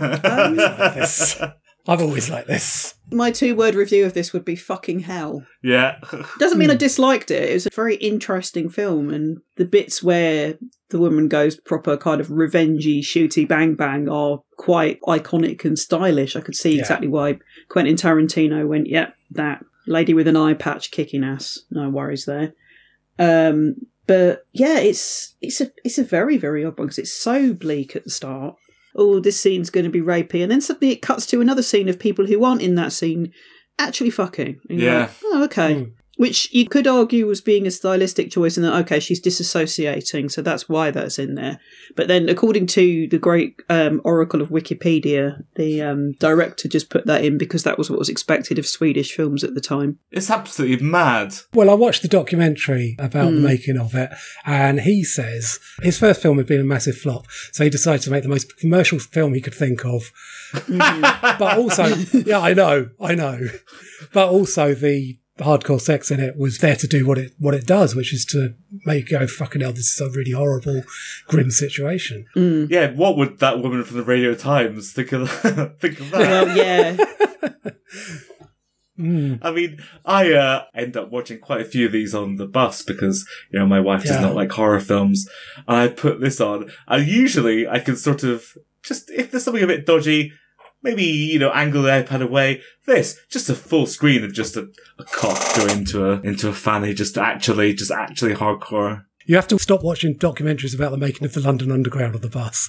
S1: I like this. I've always liked this.
S2: My two word review of this would be fucking hell.
S3: yeah.
S2: Doesn't mean I disliked it. It was a very interesting film, and the bits where the woman goes proper kind of revengey, shooty, bang bang are quite iconic and stylish. I could see
S1: Yeah.
S2: exactly why Quentin Tarantino went, "Yep, that lady with an eye patch kicking ass. No worries there." Um, but yeah, it's it's a it's a very very odd one because it's so bleak at the start. Oh, this scene's going to be rapey, and then suddenly it cuts to another scene of people who aren't in that scene actually fucking. And you're
S3: Yeah.
S2: like, oh, okay. Which you could argue was being a stylistic choice, in that okay, she's disassociating, so that's why that's in there. But then, according to the great um, Oracle of Wikipedia, the um, director just put that in because that was what was expected of Swedish films at the time.
S3: It's absolutely mad.
S1: Well, I watched the documentary about the making of it, and he says his first film had been a massive flop, so he decided to make the most commercial film he could think of. but also, yeah, I know, I know. But also, the hardcore sex in it was there to do what it what it does, which is to make you go, "Fucking hell, this is a really horrible, grim situation."
S2: Hmm.
S3: Yeah, what would that woman from the Radio Times think of? think of that?
S2: Well, yeah,
S3: I mean, I uh, end up watching quite a few of these on the bus because you know my wife does
S1: Yeah.
S3: not like horror films, and I put this on. And usually, I can sort of just if there's something a bit dodgy, maybe you know angle the iPad away. This just a full screen of just a, a cock go into a into a fanny, just actually just actually hardcore.
S1: You have to stop watching documentaries about the making of the London Underground on the bus.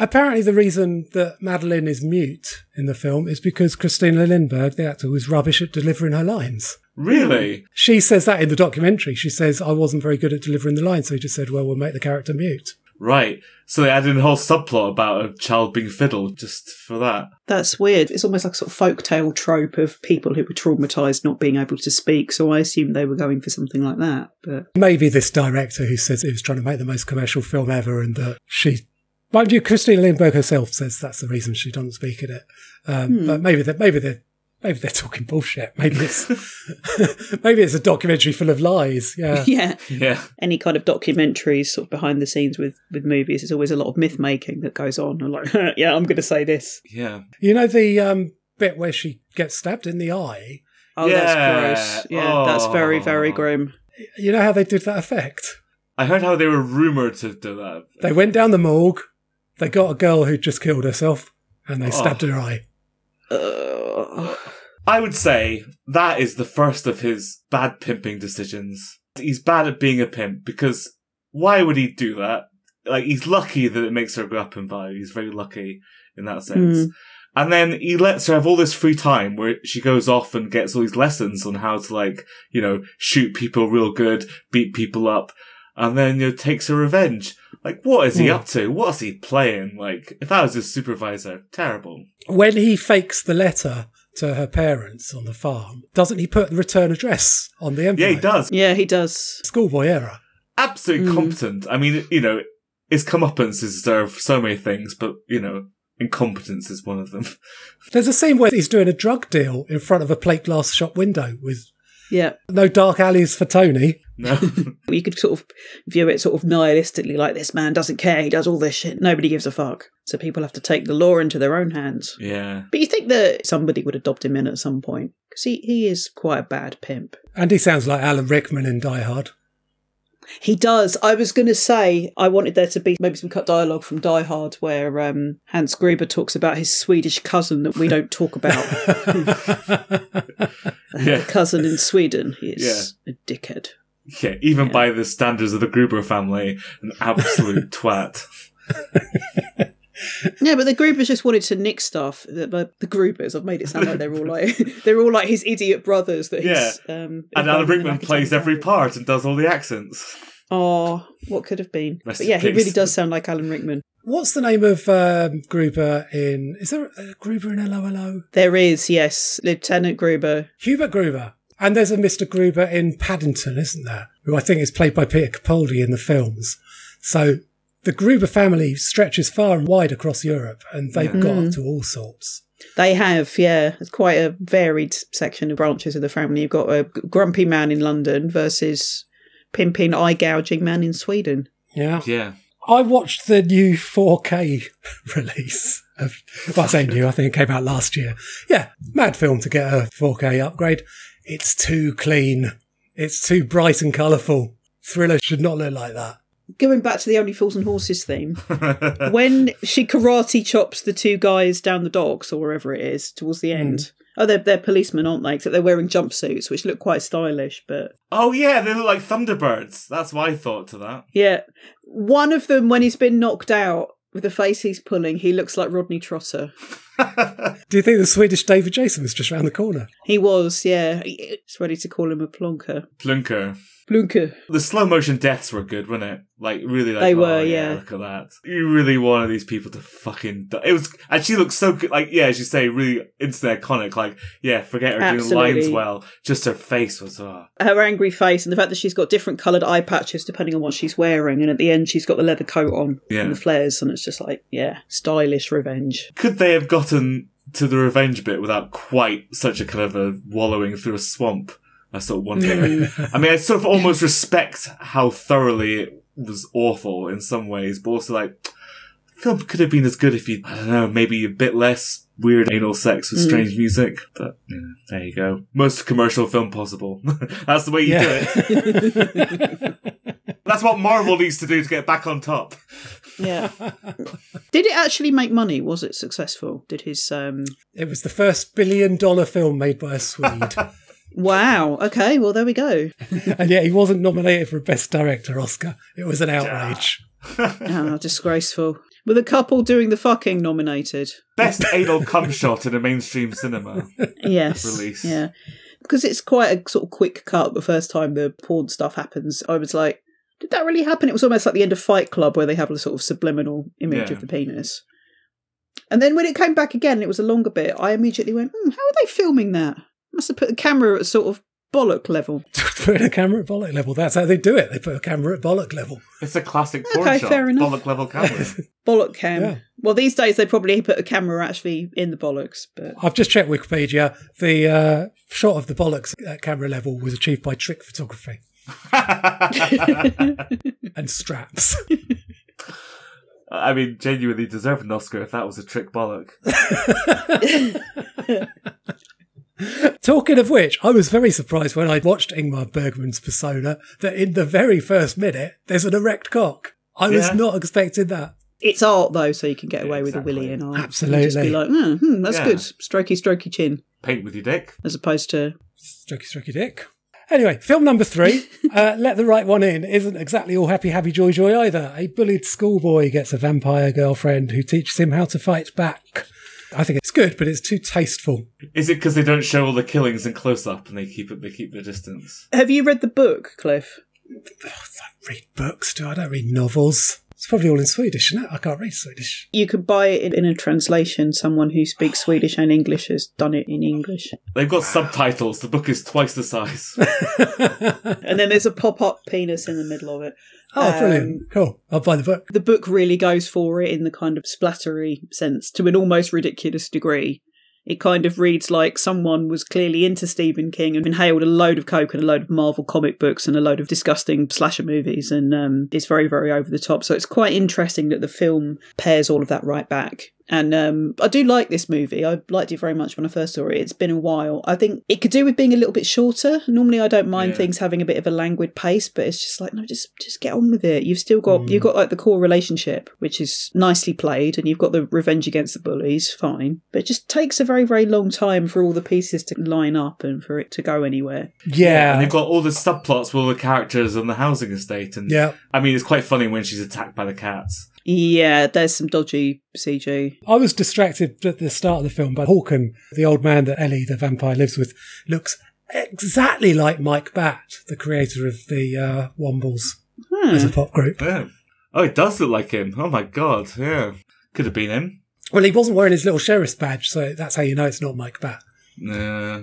S1: Apparently, the reason that Madeline is mute in the film is because Christina Lindberg, the actor, was rubbish at delivering her lines.
S3: really?
S1: She says that in the documentary. She says, I wasn't very good at delivering the lines, so he just said, Well, we'll make the character mute.
S3: Right. So they added a whole subplot about a child being fiddled just for that.
S2: that's weird. It's almost like a sort of folktale trope of people who were traumatized not being able to speak. So I assume they were going for something like that. But
S1: Maybe this director who says he was trying to make the most commercial film ever and that she. Mind you, Christina Lindberg herself says that's the reason she doesn't speak in it. Um, But maybe they're, maybe they're, maybe they're talking bullshit. Maybe it's, maybe it's a documentary full of lies. Yeah.
S2: yeah.
S3: Yeah.
S2: any kind of documentaries sort of behind the scenes with with movies there's always a lot of myth making that goes on I'm like yeah i'm gonna say this
S3: Yeah.
S1: You know the um, bit where she gets stabbed in the eye?
S2: oh that's
S3: Yeah.
S2: gross yeah that's very very
S3: Oh.
S2: grim
S1: You know how they did that effect?
S3: I heard how they were rumored to do that.
S1: They went down the morgue, they got a girl who'd just killed herself, and they
S3: Oh.
S1: stabbed her eye.
S2: Ugh.
S3: I would say that is the first of his bad pimping decisions. He's bad at being a pimp because why would he do that? like he's lucky that it makes her go up in value. He's very lucky in that sense. And then he lets her have all this free time where she goes off and gets all these lessons on how to like, you know, shoot people real good, beat people up, and then you know, takes her revenge. Like, what is he up to? What's he playing? Like, if I was his supervisor, terrible.
S1: When he fakes the letter to her parents on the farm, doesn't he put the return address on the
S3: Yeah,
S1: envelope?
S3: he does.
S2: Yeah, he does.
S1: Schoolboy era.
S3: absolutely competent. I mean, you know, his comeuppance is deserved for so many things, but you know, incompetence is one of them.
S1: There's a scene where he's doing a drug deal in front of a plate glass shop window with
S2: Yeah.
S1: no dark alleys for Tony.
S3: No,
S2: You could sort of view it sort of nihilistically, like this man doesn't care, he does all this shit, nobody gives a fuck. So people have to take the law into their own hands.
S3: yeah,
S2: But you think that somebody would adopt him in at some point because he, he is quite a bad pimp.
S1: And he sounds like Alan Rickman in Die Hard.
S2: He does. I was going to say I wanted there to be maybe some cut dialogue from Die Hard where um, Hans Gruber talks about his Swedish cousin that we don't talk about.
S3: Yeah.
S2: The cousin in Sweden. He is a dickhead.
S3: yeah. Even by the standards of the Gruber family, an absolute twat.
S2: Yeah, but the Grubers just wanted to nick stuff. The, the, the Grubers. I've made it sound like they're all like they're all like his idiot brothers. That he's, um,
S3: And
S2: involved
S3: Alan
S2: in
S3: Rickman
S2: academic
S3: plays every
S2: riot.
S3: part and does all the accents.
S2: Oh, what could have been?
S3: Rest
S2: But yeah,
S3: in
S2: he
S3: peace.
S2: really does sound like Alan Rickman.
S1: What's the name of um, Gruber in. Is there a Gruber in LOLO?
S2: There is, yes, Lieutenant Gruber.
S1: Hubert Gruber. And there's a Mr. Gruber in Paddington, isn't there? Who I think is played by Peter Capaldi in the films. So the Gruber family stretches far and wide across Europe, and they've got up to all sorts.
S2: They have, yeah, it's quite a varied section of branches of the family. You've got a grumpy man in London versus pimping, eye gouging man in Sweden.
S1: Yeah.
S3: Yeah,
S1: I watched the new 4K release of, well, I say new, I think it came out last year. Yeah, mad film to get a 4K upgrade. It's too clean. It's too bright and colourful. Thriller should not look like that.
S2: Going back to the Only Fools and Horses theme, when she karate chops the two guys down the docks or wherever it is towards the end. Oh, they're, they're policemen, aren't they? Except they're wearing jumpsuits, which look quite stylish, but
S3: Oh yeah, they look like Thunderbirds. That's what I thought to that.
S2: Yeah. One of them, when he's been knocked out with the face he's pulling, he looks like Rodney Trotter.
S1: Do you think the Swedish David Jason was just round the corner?
S2: He was, yeah. It's ready to call him a plonker.
S3: Plunker.
S2: Plonker.
S3: The slow motion deaths were good, weren't it? Like really, like
S2: They
S3: oh,
S2: were, yeah.
S3: Look at that. You really wanted these people to fucking. Die. It was, and she looked so good. Like yeah, as you say, really instant iconic. Like yeah, forget her doing
S2: Absolutely.
S3: lines well. Just her face was. Oh.
S2: Her angry face and the fact that she's got different coloured eye patches depending on what she's wearing. And at the end, she's got the leather coat on
S3: Yeah.
S2: and the flares. And it's just like, yeah, stylish revenge.
S3: Could they have gotten to the revenge bit without quite such a kind of a wallowing through a swamp? I sort of wonder. I mean, I sort of almost respect how thoroughly it was awful in some ways, but also like, film could have been as good if you, I don't know, maybe a bit less weird anal sex
S2: Mm.
S3: with strange music. But you know, there you go. Most commercial film possible. That's the way you
S1: Yeah.
S3: do it. That's what Marvel needs to do to get back on top.
S2: Yeah. Did it actually make money? Was it successful? Did his. um
S1: It was the first billion dollar film made by a Swede.
S2: Wow. Okay. Well, there we go.
S1: and yet he wasn't nominated for a Best Director Oscar. It was an outrage.
S2: Oh, disgraceful. Were the couple doing the fucking nominated?
S3: Best anal cum shot in a mainstream cinema.
S2: yes
S3: release.
S2: yeah because it's quite a sort of quick cut the first time the porn stuff happens i was like did that really happen it was almost like the end of fight club where they have a sort of subliminal image
S3: Yeah.
S2: of the penis and then when it came back again it was a longer bit i immediately went hmm, how are they filming that must have put the camera at sort of bollock level
S1: Put a camera at bollock level. That's how they do it. They put a camera at bollock level.
S3: It's a classic porn
S2: Okay,
S3: shot.
S2: fair enough.
S3: Bollock level camera.
S2: bollock cam
S1: Yeah.
S2: well these days they probably put a camera actually in the bollocks but
S1: I've just checked Wikipedia. The uh, shot of the bollocks at camera level was achieved by trick photography and straps.
S3: I mean, genuinely deserve an Oscar if that was a trick bollock.
S1: Talking of which, I was very surprised when I watched Ingmar Bergman's persona that in the very first minute there's an erect cock. I was
S3: Yeah.
S1: not expecting that.
S2: it's art though so you can get away with a
S3: exactly.
S2: willy and art
S1: Absolutely.
S2: just be like "Hmm, hmm, that's
S3: Yeah.
S2: good strokey strokey chin
S3: Paint with your dick.
S2: as opposed to
S1: Strokey, strokey dick. Anyway, film number three, uh, Let the Right One In, isn't exactly all happy, happy, joy, joy either. A bullied schoolboy gets a vampire girlfriend who teaches him how to fight back. I think it's good, but it's too tasteful.
S3: Is it because they don't show all the killings in close up and they keep it? They keep their distance.
S2: Have you read the book, Cliff?
S1: I read books, do I? I don't read novels. It's probably all in Swedish, isn't it? I can't read Swedish.
S2: You could buy it in a translation. Someone who speaks Swedish and English has done it in English.
S3: They've got subtitles. The book is twice the size.
S2: And then there's a pop up penis in the middle of it.
S1: Oh,
S2: Um,
S1: brilliant. Cool. I'll buy the book.
S2: The book really goes for it in the kind of splattery sense to an almost ridiculous degree. It kind of reads like someone was clearly into Stephen King and inhaled a load of coke and a load of Marvel comic books and a load of disgusting slasher movies. And um, it's very, very over the top. So it's quite interesting that the film pairs all of that right back. And um, I do like this movie. I liked it very much when I first saw it. It's been a while. I think it could do with being a little bit shorter. Normally, I don't mind
S3: Yeah.
S2: things having a bit of a languid pace, but it's just like no, just just get on with it. You've still got you've
S1: Mm.
S2: got like the core relationship, which is nicely played, and you've got the revenge against the bullies, fine. But it just takes a very very long time for all the pieces to line up and for it to go anywhere.
S1: Yeah.
S3: And they've got all the subplots with all the characters and the housing estate. And
S1: Yeah.
S3: I mean, it's quite funny when she's attacked by the cats.
S2: Yeah, there's some dodgy CG.
S1: I was distracted at the start of the film by Hawken, the old man that Ellie, the vampire, lives with, looks exactly like Mike Batt, the creator of the uh, Wombles
S2: Hmm.
S1: as a pop group.
S3: Yeah. Oh, it does look like him. Oh my god. Yeah. Could have been him.
S1: Well, he wasn't wearing his little sheriff's badge, so that's how you know it's not Mike Batt.
S3: Uh,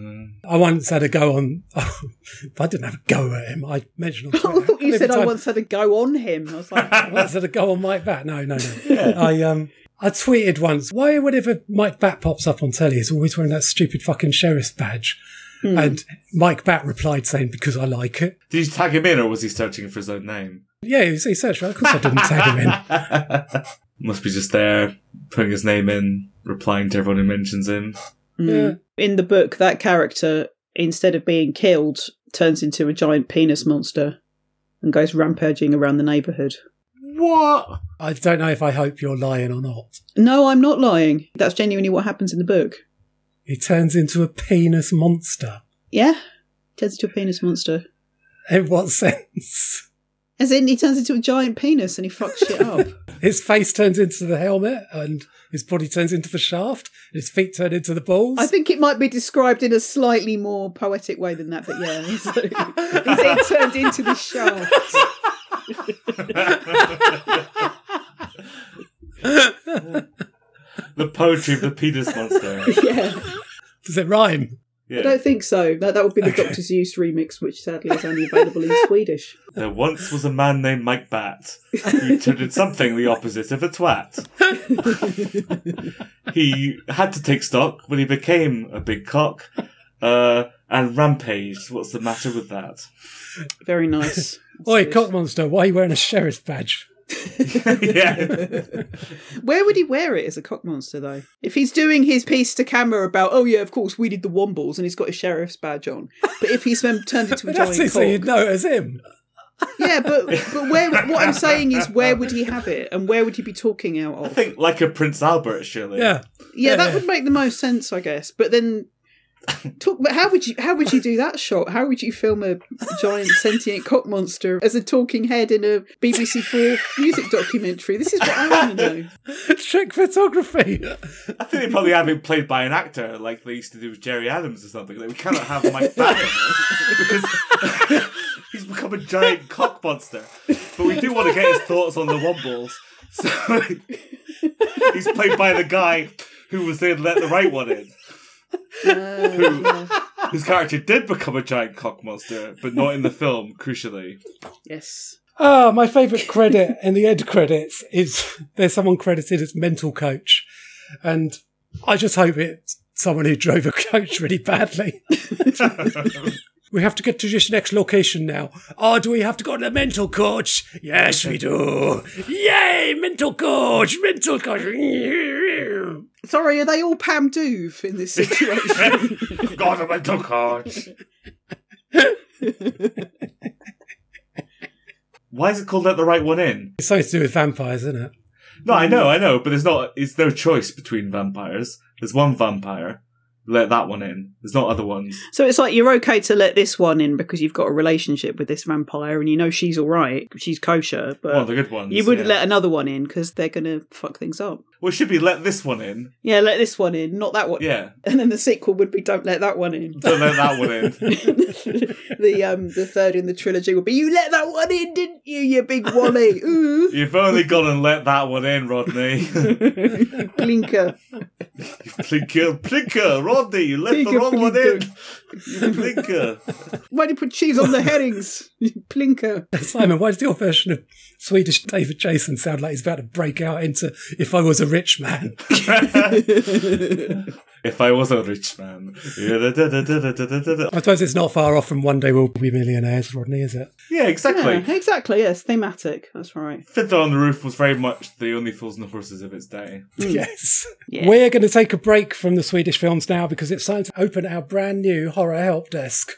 S1: I once had a go on. I didn't have a go at him. I mentioned. On
S2: I
S1: Twitter.
S2: thought you
S1: Every
S2: said I
S1: time-
S2: once had a go on him. I was like,
S1: I once had a go on Mike Batt. No, no, no. I um. I tweeted once, why whenever Mike Batt pops up on telly, he's always wearing that stupid fucking sheriff's badge.
S2: hmm,
S1: And Mike Batt replied saying, because I like it.
S3: did you tag him in, or was he searching for his own name?
S1: Yeah, he, was, he searched for it. Of course I didn't tag him in.
S3: Must be just there, putting his name in, replying to everyone who mentions him.
S1: Yeah.
S2: hmm. in the book, that character, instead of being killed, turns into a giant penis monster and goes rampaging around the neighbourhood.
S3: What?
S1: I don't know if I hope you're lying or not.
S2: No, I'm not lying. That's genuinely what happens in the book.
S1: He turns into a penis monster.
S2: Yeah, turns into a penis monster.
S1: In what sense?
S2: As in, he turns into a giant penis and he fucks shit up.
S1: His face turns into the helmet and his body turns into the shaft. His feet turn into the balls.
S2: I think it might be described in a slightly more poetic way than that, but yeah. So, he's turned into the shaft.
S3: The poetry of the penis monster.
S2: Yeah.
S1: Does it rhyme?
S2: I don't think so. That, that would be the Doctor Zeus remix, which sadly is only available in Swedish.
S3: There once was a man named Mike Bat who did something the opposite of a twat. he had to take stock when he became a big cock uh, and rampaged. What's the matter with that?
S2: Very nice.
S1: Oi, cock monster, why are you wearing a sheriff's badge?
S3: yeah.
S2: Where would he wear it as a cock monster, though? If he's doing his piece to camera about, oh yeah, of course we did the Wombles, and he's got his sheriff's badge on. But if he's then turned into a
S1: But that's it,
S2: giant
S1: so you'd
S2: cock,
S1: know it as him.
S2: yeah. But but where? What I'm saying is, where would he have it, and where would he be talking out
S3: I
S2: of?
S3: think like a Prince Albert, surely.
S1: Yeah.
S2: yeah, that
S1: yeah.
S2: would make the most sense, I guess. But then. Talk, but how would you how would you do that shot? How would you film a giant sentient cock monster as a talking head in a BBC Four music documentary? This is what I want to know.
S1: Trick photography.
S3: I think they probably have him played by an actor like they used to do with Jerry Adams or something. Like, we cannot have Mike Bat in this because he's become a giant cock monster. But we do want to get his thoughts on the Wombles. So he's played by the guy who was in Let the Right One In,
S2: Uh, yeah.
S3: whose character did become a giant cock monster, but not in the film, crucially.
S2: Yes.
S1: Ah, my favourite credit in the end credits is there's someone credited as mental coach. And I just hope it's someone who drove a coach really badly. we have to get to this next location now. Oh, do we have to go to the mental coach? Yes, we do. Yay, mental coach, mental coach.
S2: Sorry, are they all Pam Doof in this situation?
S3: God, I'm a duck arch. Why is it called Let the Right One In?
S1: It's something to do with vampires, isn't it?
S3: No, I know, I know, but there's not. It's no choice between vampires. There's one vampire. let that one in. There's not other ones.
S2: So it's like you're okay to let this one in because you've got a relationship with this vampire and you know she's all right, she's kosher, but
S3: One of the good ones.
S2: you wouldn't
S3: yeah.
S2: let another one in because they're going to fuck things up.
S3: Well, it should be let this one in.
S2: Yeah, let this one in, not that one.
S3: Yeah,
S2: And then the sequel would be don't let that one in.
S3: don't let that one in.
S2: the um the third in the trilogy would be you let that one in, didn't you, you big Wally? Ooh,
S3: You've only gone and let that one in, Rodney.
S2: blinker.
S3: Plinker, Plinker, Rodney, you let the
S2: Plinker,
S3: wrong one in.
S2: Plinker.
S3: Plinker.
S2: Why did you put cheese on the herrings? You blinker.
S1: Simon, why does your version of Swedish David Jason sound like he's about to break out into If I Was a Rich Man?
S3: If I was a rich man.
S1: I suppose it's not far off from One Day We'll Be Millionaires, Rodney, is it?
S3: Yeah, exactly.
S2: Yeah, exactly, yes, thematic. That's right.
S3: Fiddler on the Roof was very much the only Fools and Horses of its day.
S1: Yes.
S2: Yeah.
S1: We're going to take a break from the Swedish films now because it's time to open our brand new horror help desk.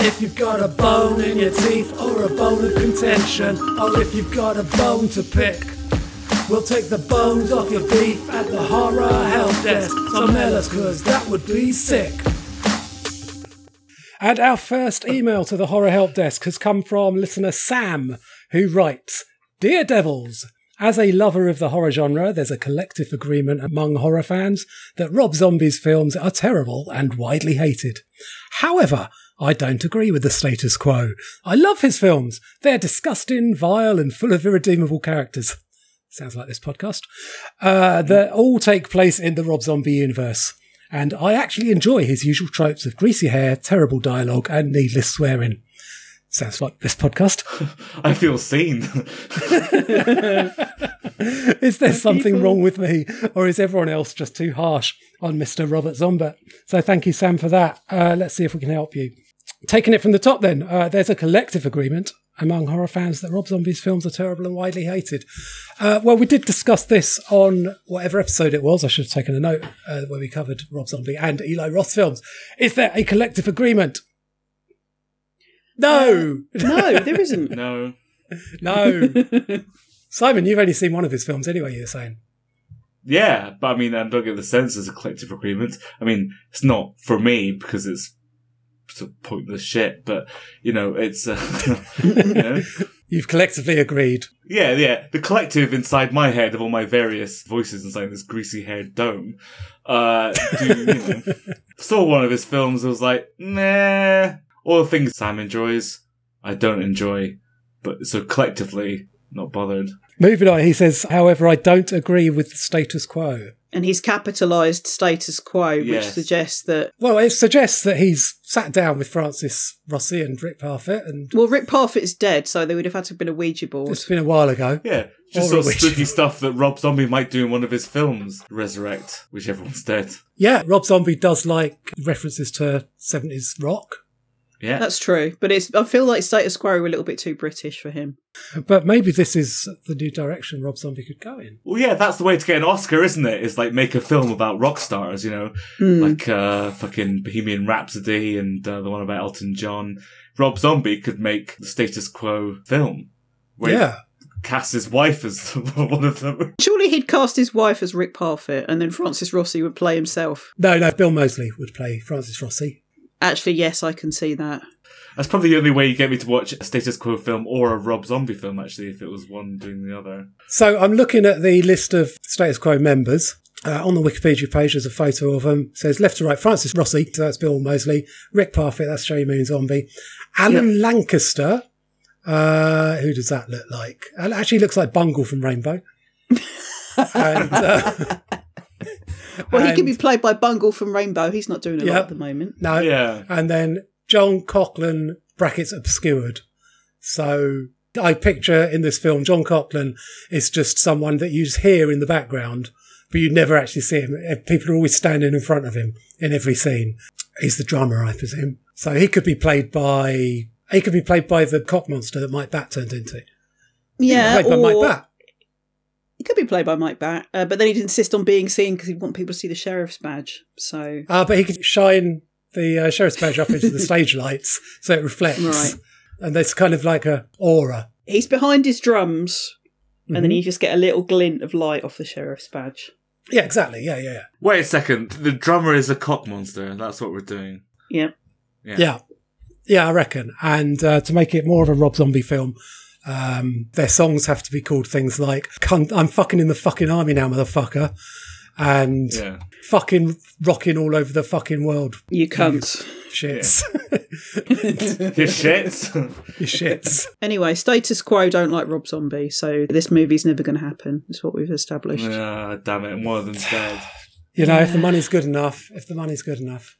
S1: If you've got a bone in your teeth or a bone of contention, or if you've got a bone to pick, we'll take the bones off your beef at the horror help desk. So mail us, cause that would be sick. And our first email to the Horror Help Desk has come from listener Sam, who writes Dear Devils, as a lover of the horror genre, there's a collective agreement among horror fans that Rob Zombie's films are terrible and widely hated. However, I don't agree with the status quo. I love his films. They're disgusting, vile, and full of irredeemable characters. Sounds like this podcast. Uh, that all take place in the Rob Zombie universe and I actually enjoy his usual tropes of greasy hair, terrible dialogue, and needless swearing. Sounds like this podcast.
S3: I feel seen.
S1: Is there something wrong with me, or is everyone else just too harsh on Mr. Robert Zombert? So thank you, Sam, for that. Uh, let's see if we can help you. Taking it from the top, then, uh, there's a collective agreement among horror fans that Rob Zombie's films are terrible and widely hated. Uh, well, we did discuss this on whatever episode it was. I should have taken a note uh, where we covered Rob Zombie and Eli Roth films. Is there a collective agreement? No,
S2: No, there isn't.
S3: No.
S1: no. Simon, you've only seen one of his films anyway, you're saying.
S3: Yeah, but I mean, I don't get the sense as a collective agreement. I mean, it's not for me because it's sort of pointless shit, but you know, it's, uh, you know?
S1: You've collectively agreed.
S3: yeah, yeah, the collective inside my head of all my various voices inside this greasy haired dome, uh, do, you know, saw one of his films and was like, nah, all the things Sam enjoys, I don't enjoy, but so collectively, not bothered.
S1: Moving on, he says, however, I don't agree with the status quo.
S2: And he's capitalised status quo, which
S3: Yes.
S2: suggests that
S1: Well, it suggests that he's sat down with Francis Rossi and Rick Parfitt, and
S2: well, Rick Parfitt's dead, so they would have had to have been a Ouija board.
S1: it's been a while ago.
S3: Yeah, just
S1: Or a
S3: sort of
S1: witch.
S3: spooky stuff that Rob Zombie might do in one of his films, Resurrect, which everyone's dead.
S1: Yeah, Rob Zombie does like references to 70s rock,
S3: Yeah,
S2: That's true, but it's. I feel like status quo are a little bit too British for him.
S1: but maybe this is the new direction Rob Zombie could go in.
S3: well, yeah, that's the way to get an Oscar, isn't it? Is like make a film about rock stars, you know,
S2: Hmm.
S1: Hmm.
S3: like uh, fucking Bohemian Rhapsody and uh, the one about Elton John. Rob Zombie could make the status quo film. Where he
S1: Yeah.
S3: casts his wife as one of them.
S2: Surely he'd cast his wife as Rick Parfitt, and then Francis Rossi would play himself.
S1: No, no, Bill Mosley would play Francis Rossi.
S2: Actually, yes, I can see that.
S3: That's probably the only way you get me to watch a status quo film or a Rob Zombie film, actually, if it was one doing the other.
S1: So I'm looking at the list of status quo members. Uh, on the Wikipedia page, there's a photo of them. It says left to right, Francis Rossi, so that's Bill Mosley. Rick Parfitt, that's Shane Moon Zombie. Alan Lancaster, uh, who does that look like? It actually looks like Bungle from Rainbow. and, uh,
S2: Well, he could
S1: and-
S2: be played by Bungle from Rainbow. He's not doing a lot
S1: Yeah.
S2: at the moment.
S1: No.
S3: Yeah.
S1: And then John Coughlin, brackets obscured. So I picture in this film, John Coughlin is just someone that you just hear in the background, but you never actually see him. Eh, People are always standing in front of him in every scene. He's the drummer, I presume. So he could be played by. He could be played by the cock monster that Mike Bat turned into.
S2: Yeah,
S1: played by Mike
S2: or-
S1: Bat.
S2: He could be played by Mike Bat, uh, but then he'd insist on being seen because he'd want people to see the sheriff's badge. So,
S1: Uh, but he could shine the uh, sheriff's badge up into the stage lights so it reflects.
S2: Right.
S1: And there's kind of like a aura. Mm-hmm.
S2: he's behind his drums, and then you just get a little glint of light off the sheriff's badge.
S1: Mm-hmm. Yeah, exactly. Yeah, yeah, yeah.
S3: Wait a second. The drummer is a cock monster. That's what we're doing.
S2: Yeah.
S3: Yeah.
S1: Yeah, yeah, I reckon. And uh, to make it more of a Rob Zombie film, um, their songs have to be called things like "Cunt, "I'm fucking in the fucking army now, motherfucker," and
S3: Yeah.
S1: "fucking rocking all over the fucking world."
S2: You cunts.
S1: Shits,
S3: Your shit.
S1: You shits.
S2: Anyway, status quo don't like Rob Zombie, so this movie's never going to happen. That's what we've established.
S3: Ah, damn it. More than dead.
S1: You know, if the money's good enough, if the money's good enough.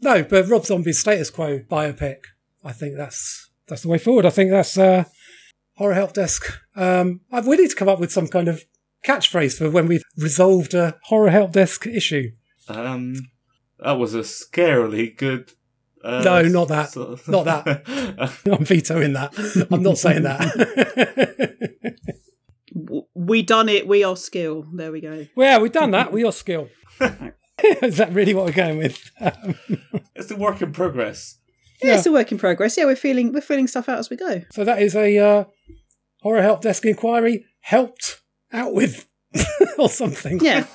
S1: No, but Rob Zombie's status quo biopic. I think that's that's the way forward. I think that's uh, horror help desk. Um, I- we need to come up with some kind of catchphrase for when we've resolved a horror help desk issue.
S3: Um, that was a scarily good. Uh,
S1: No, not that.
S3: so-
S1: Not that. I'm vetoing that. I'm not saying that.
S2: W- We done it. We are skill. There we go.
S1: well, we've done that. We are skill. Is that really what we're going with? Um,
S3: it's a work in progress.
S2: Yeah,
S1: Yeah.
S2: it's a work in progress. Yeah, we're feeling we're feeling stuff out as we go.
S1: so that is a uh, horror help desk inquiry helped out with or something.
S2: Yeah,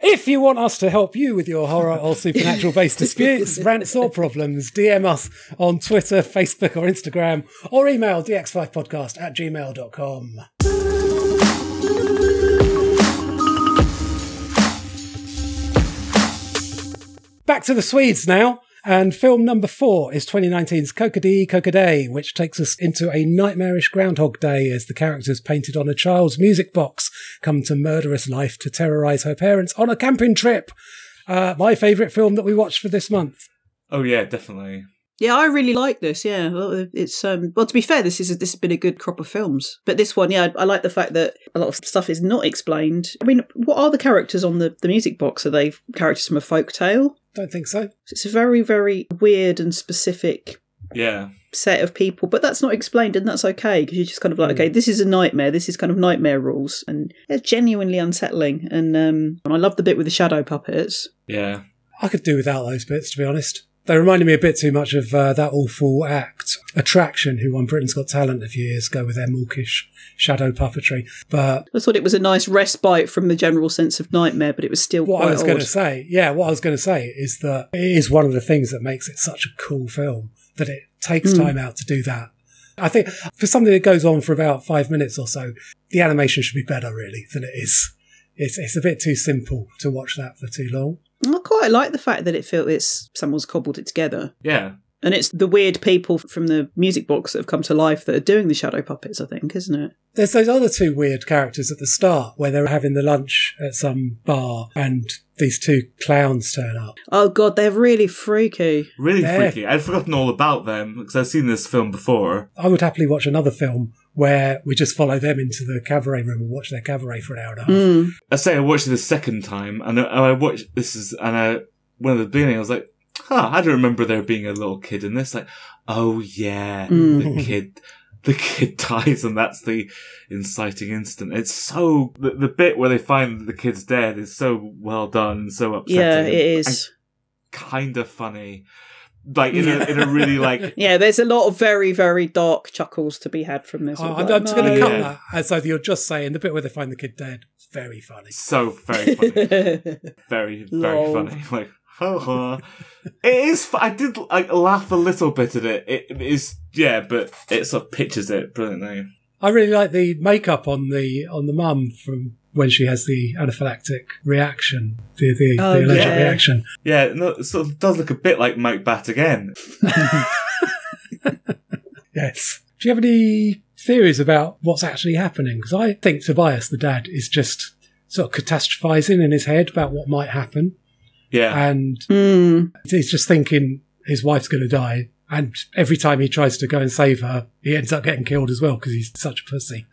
S1: If you want us to help you with your horror or supernatural based disputes, rants, or problems, DM us on Twitter, Facebook, or Instagram, or email dx5podcast at gmail.com. Back to the Swedes now. And film number four is 2019's Kokodi Kokoday, which takes us into a nightmarish Groundhog Day as the characters painted on a child's music box come to murderous life to terrorize her parents on a camping trip. Uh, my favourite film that we watched for this month.
S3: Oh yeah, definitely.
S2: yeah, I really like this. Yeah, Well, it's um. Well, to be fair, this is this has been a good crop of films, but this one, yeah, I, I like the fact that a lot of stuff is not explained. I mean, what are the characters on the the music box? Are they characters from a folk tale?
S1: Don't think so.
S2: It's a very very weird and specific
S3: Yeah.
S2: set of people, but that's not explained, and that's okay because you're just kind of like,
S1: Mm.
S2: okay, this is a nightmare. This is kind of nightmare rules, and they're genuinely unsettling. And um, and I love the bit with the shadow puppets.
S3: Yeah.
S1: I could do without those bits, to be honest. They reminded me a bit too much of uh, that awful act, Attraction, who won Britain's Got Talent a few years ago with their mawkish shadow puppetry. But
S2: I thought it was a nice respite from the general sense of nightmare, but it was still
S1: what
S2: quite
S1: I was going
S2: odd.
S1: to say, yeah, what I was going to say is that it is one of the things that makes it such a cool film that it takes
S2: Hmm.
S1: time out to do that. I think for something that goes on for about five minutes or so, the animation should be better, really, than it is. It's, it's a bit too simple to watch that for too long.
S2: I quite like the fact that it feels it's someone's cobbled it together,
S3: Yeah.
S2: and it's the weird people from the music box that have come to life that are doing the shadow puppets. I think, isn't it?
S1: There's those other two weird characters at the start where they're having the lunch at some bar and these two clowns turn up.
S2: Oh god, they're really freaky.
S3: Really
S1: Yeah.
S3: freaky. I'd forgotten all about them because I've seen this film before.
S1: I would happily watch another film where we just follow them into the cabaret room and watch their cabaret for an hour and a half.
S2: Mm.
S3: I say I watched it the second time, and I, and I watched this is and I when at the beginning I was like, huh, I don't remember there being a little kid in this. Like, oh yeah,
S2: Mm.
S3: the kid, the kid dies, and that's the inciting incident. It's so the, the bit where they find that the kid's dead is so well done and so upsetting.
S2: Yeah,
S3: and-
S2: it is.
S3: And kind of funny, like in a in a really like
S2: Yeah, there's a lot of very, very dark chuckles to be had from this.
S1: Oh,
S2: Like,
S1: I'm, I'm just going to
S2: no.
S1: cut
S3: Yeah.
S1: that. And so you're just saying the bit where they find the kid dead. It's very funny.
S3: so very funny. very very
S2: Lol.
S3: funny. Like, ha ha. it is. fu- I did like laugh a little bit at it. It it is, yeah, but it sort of pictures it brilliantly.
S1: I really like the makeup on the on the mum from when she has the anaphylactic reaction, the the,
S2: Oh,
S1: the allergic
S2: yeah.
S1: reaction.
S3: Yeah, no, it sort of does look a bit like Mike Bat again.
S1: Yes. Do you have any theories about what's actually happening? Because I think Tobias, the dad, is just sort of catastrophizing in his head about what might happen,
S3: Yeah,
S1: and
S2: Hmm.
S1: he's just thinking his wife's going to die. And every time he tries to go and save her, he ends up getting killed as well because he's such a pussy.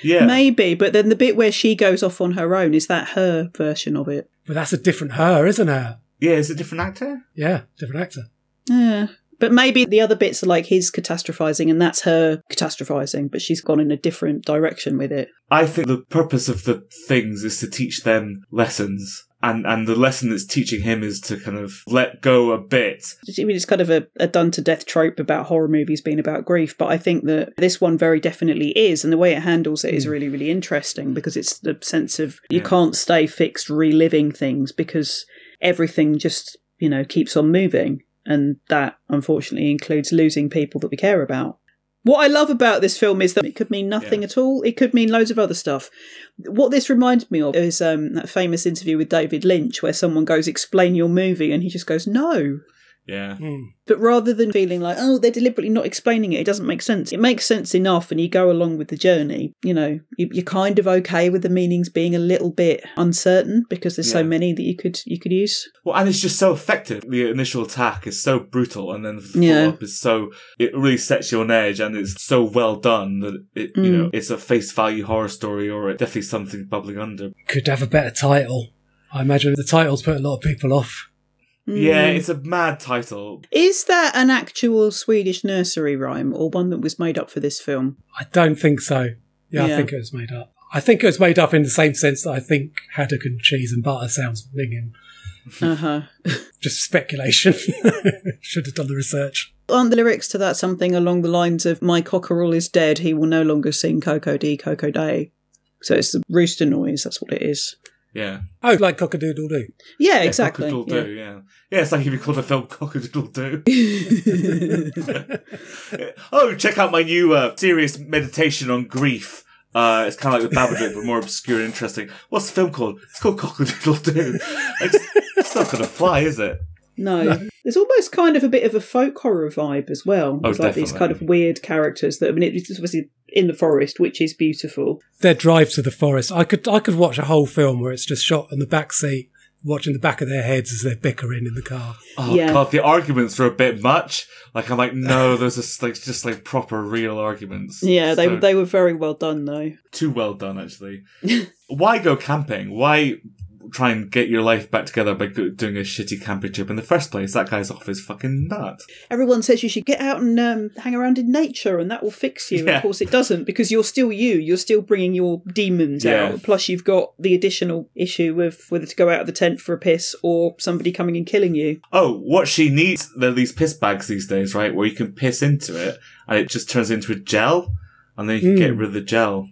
S3: yeah.
S2: Hmm, Maybe, but then the bit where she goes off on her own, is that her version of it?
S1: But that's a different her, isn't it?
S3: Yeah, is it a different actor?
S1: Yeah, different actor.
S2: Yeah. But maybe the other bits are like his catastrophizing and that's her catastrophizing, but she's gone in a different direction with it.
S3: I think the purpose of the things is to teach them lessons. And, and the lesson that's teaching him is to kind of let go a bit.
S2: It's it's kind of a, a done to death trope about horror movies being about grief, but I think that this one very definitely is, and the way it handles it is really, really interesting because it's the sense of you
S3: Yeah.
S2: can't stay fixed reliving things because everything just, you know, keeps on moving. And that unfortunately includes losing people that we care about. What I love about this film is that it could mean nothing at all. It could mean loads of other stuff. What this reminds me of is um, that famous interview with David Lynch where someone goes, Explain your movie, and he just goes, No.
S3: Yeah.
S2: But rather than feeling like, oh, they're deliberately not explaining it, it doesn't make sense. It makes sense enough, and you go along with the journey. You know, you, you're kind of okay with the meanings being a little bit uncertain because there's so
S3: Yeah.
S2: many that you could you could use.
S3: Well, and it's just so effective. The initial attack is so brutal, and then the
S2: Yeah.
S3: follow up is so it really sets you on edge, and it's so well done that it you
S2: Mm.
S3: know it's a face value horror story, or it definitely something bubbling under.
S1: Could have a better title. I imagine the titles put a lot of people off.
S2: Mm.
S3: Yeah, it's a mad title.
S2: Hmm. Is that an actual Swedish nursery rhyme or one that was made up for this film?
S1: I don't think so. Yeah,
S2: Yeah.
S1: I think it was made up. I think it was made up in the same sense that I think haddock and cheese and butter sounds minging.
S2: Uh huh.
S1: Just speculation. Should have done the research.
S2: Aren't the lyrics to that something along the lines of "My cockerel is dead; he will no longer sing Coco D Coco Day"? So it's the rooster noise. That's what it is.
S3: Yeah,
S1: Oh, like cockadoodle doo.
S2: Yeah, exactly.
S3: Cock-a-doodle
S2: yeah.
S3: do. Yeah. yeah, It's like if you called a film Cock-a-doodle do. oh, check out my new uh, serious meditation on grief. Uh, it's kind of like the Babadook, but more obscure and interesting. What's the film called? It's called Cock-a-doodle do. It's, it's not going to fly, is it?
S2: No. Oh, There's almost kind of a bit of a folk horror vibe as well. There's like these kind
S3: definitely.
S2: of weird characters that I mean it's obviously in the forest, which is beautiful.
S1: Their drive to the forest. I could I could watch a whole film where it's just shot on the back seat, watching the back of their heads as they're bickering in the car.
S3: Oh
S2: Yeah.
S3: god, the arguments were a bit much. Like I'm like, no, those are s- like just like proper real arguments.
S2: Yeah, they
S3: So,
S2: they were very well done though.
S3: too well done actually. Why go camping? Why try and get your life back together by go- doing a shitty camping trip in the first place? That guy's off his fucking nut.
S2: Everyone says you should get out and um, hang around in nature, and that will fix you. And
S3: Yeah.
S2: Of course, it doesn't because you're still you. You're still bringing your demons
S3: Yeah.
S2: out. Plus, you've got the additional issue of whether to go out of the tent for a piss or somebody coming and killing you.
S3: Oh, what she needs there are these piss bags these days, right? Where you can piss into it and it just turns into a gel, and then you can
S1: Mm.
S2: Hmm.
S3: get rid of the gel.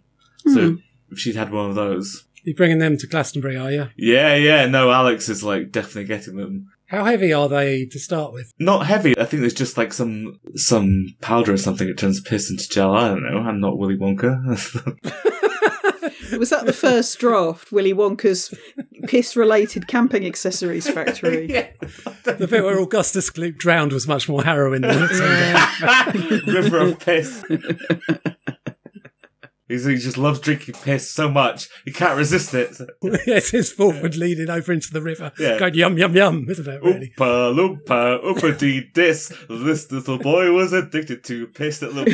S3: So if she'd had one of those,
S1: You bringing them to Glastonbury, are you?
S3: yeah, yeah, no, Alex is like definitely getting them.
S1: How heavy are they to start with?
S3: Not heavy. I think there's just like some some powder or something. It turns piss into gel. I don't know. I'm not Willy Wonka.
S2: Was that the first draft, Willy Wonka's piss related camping accessories factory?
S1: The bit where Augustus Gloop drowned was much more harrowing than it sounded.
S3: River of piss. He's, he just loves drinking piss so much he can't resist it.
S1: yes, his forward leading over into the river.
S3: Yeah.
S1: Going yum yum yum, isn't it really?
S3: Oompa loompa oopity dis. This little boy was addicted to piss. That little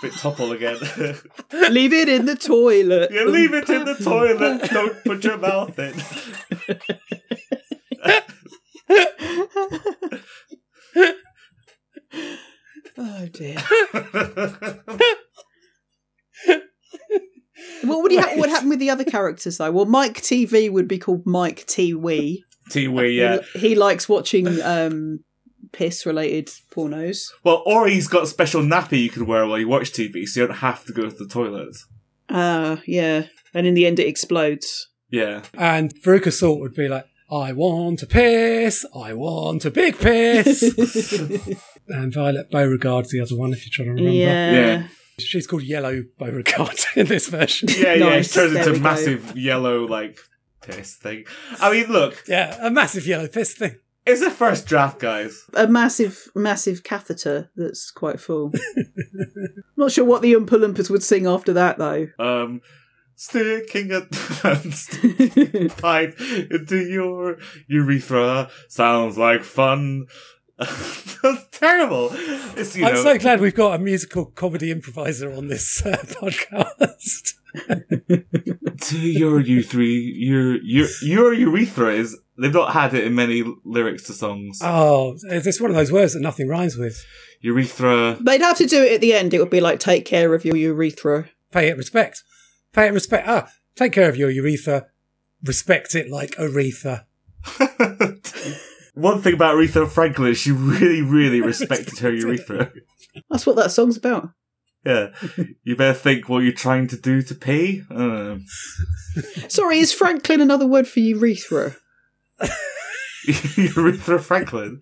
S3: bit topple again.
S2: Leave it in the toilet.
S3: you leave it in the toilet. Don't put your mouth in.
S2: Oh dear. What would you ha- what happened with the other characters though? Well, Mike TV would be called Mike T Wee.
S3: Tiwi, yeah.
S2: He, he likes watching um, piss related pornos.
S3: Well, or he's got a special nappy you can wear while you watch TV, so you don't have to go to the toilet.
S2: Uh yeah. And in the end, it explodes.
S3: Yeah.
S1: And Veruca Salt would be like, I want a piss, I want a big piss. and Violet Beauregard's the other one, if you're trying to remember.
S2: Yeah.
S3: Yeah.
S1: She's called Yellow Beauregard in this version.
S3: Yeah, yeah,
S2: Nice,
S3: it turns
S2: there
S3: into
S2: we
S3: a
S2: go.
S3: massive yellow, like, piss thing. I mean, look,
S1: Yeah, a massive yellow piss thing.
S3: it's a first draft, guys.
S2: A massive, massive catheter that's quite full. Not sure what the Oompa Loompas would sing after that though.
S3: Um, sticking a pipe into your urethra sounds like fun. That's terrible. It's, you
S1: I'm
S3: know,
S1: so glad we've got a musical comedy improviser on this uh, podcast.
S3: to your U three, your your your urethra is. They've not had it in many lyrics to songs.
S2: Uh,
S1: Oh, it's one of those words that nothing rhymes with.
S3: Urethra.
S2: They'd have to do it at the end. It would be like, take care of your urethra.
S1: Pay it respect. Pay it respect. Ah, take care of your urethra. Respect it like Aretha.
S3: One thing about Aretha Franklin, she really, really respected her urethra.
S2: That's what that song's about.
S3: Yeah, you better think what you're trying to do to um, pee. I don't know.
S2: Sorry, is Franklin another word for urethra?
S3: urethra Franklin.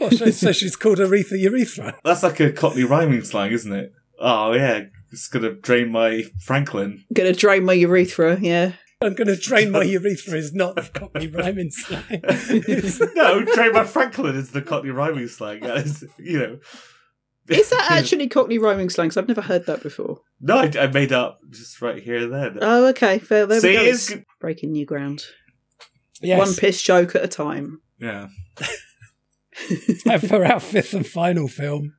S1: Oh, so, so she's called Aretha Urethra.
S3: That's like a Cockney rhyming slang, isn't it? Oh yeah, it's gonna drain my Franklin.
S2: Gonna drain my urethra, yeah.
S1: I'm going to drain my urethra is not the Cockney rhyming slang. It's-
S3: no, drain my Franklin is the Cockney rhyming slang. That is, you know.
S2: Is that actually Cockney rhyming slang? Because I've never heard that before.
S3: No, I, I made up just right here and then.
S2: Oh, okay. Fair. There
S3: See,
S2: we go.
S3: it's-
S2: It's breaking new ground.
S1: yes,
S2: One piss joke at a time.
S3: yeah.
S1: for our fifth and final film.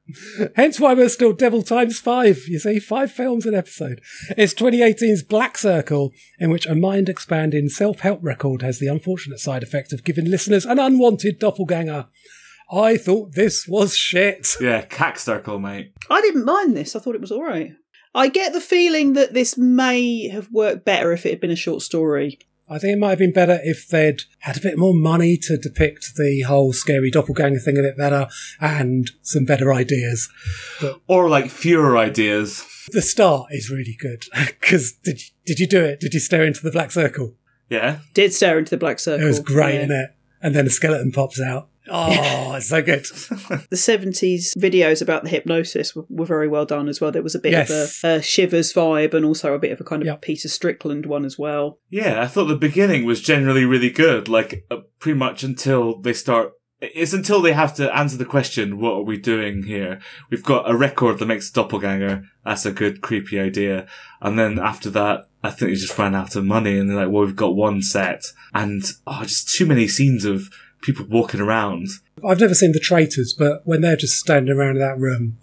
S1: Hence why we're still Devil Times Five. You see, five films an episode. It's 2018's Black Circle, in which a mind expanding self help record has the unfortunate side effect of giving listeners an unwanted doppelganger. I thought this was shit.
S3: Yeah, cack circle, mate.
S2: I didn't mind this. I thought it was all right. I get the feeling that this may have worked better if it had been a short story.
S1: I think it might have been better if they'd had a bit more money to depict the whole scary doppelganger thing a bit better and some better ideas.
S3: Or like fewer ideas.
S1: The start is really good because did you, did you do it? Did you stare into the black circle?
S3: Yeah.
S2: Did stare into the black
S1: It
S2: circle.
S1: was great
S2: Yeah.
S1: in it, and then a skeleton pops out. Oh, it's so good.
S2: The seventies videos about the hypnosis were, were very well done as well. There was a bit
S1: Yes.
S2: of a, a shivers vibe, and also a bit of a kind of
S1: Yep.
S2: Peter Strickland one as well.
S3: Yeah, I thought the beginning was generally really good. Like uh, pretty much until they start. It's until they have to answer the question, "What are we doing here?" We've got a record that makes a doppelganger. That's a good creepy idea. And then after that, I think they just ran out of money, and they're like, "Well, we've got one set, and oh, just too many scenes of people walking around."
S1: I've never seen the traitors, but when they're just standing around in that room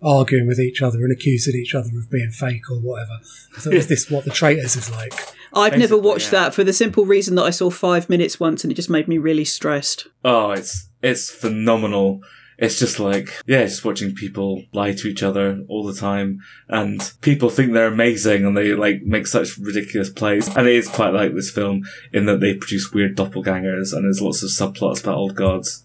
S1: arguing with each other and accusing each other of being fake or whatever, I thought, is this what the traitors is like?
S2: I've never
S3: Basically,
S2: watched
S3: yeah.
S2: that for the simple reason that I saw five minutes once, and it just made me really stressed.
S3: Oh, it's it's phenomenal. It's just like yeah, just watching people lie to each other all the time, and people think they're amazing, and they like make such ridiculous plays. And it is quite like this film in that they produce weird doppelgangers, and there's lots of subplots about old gods.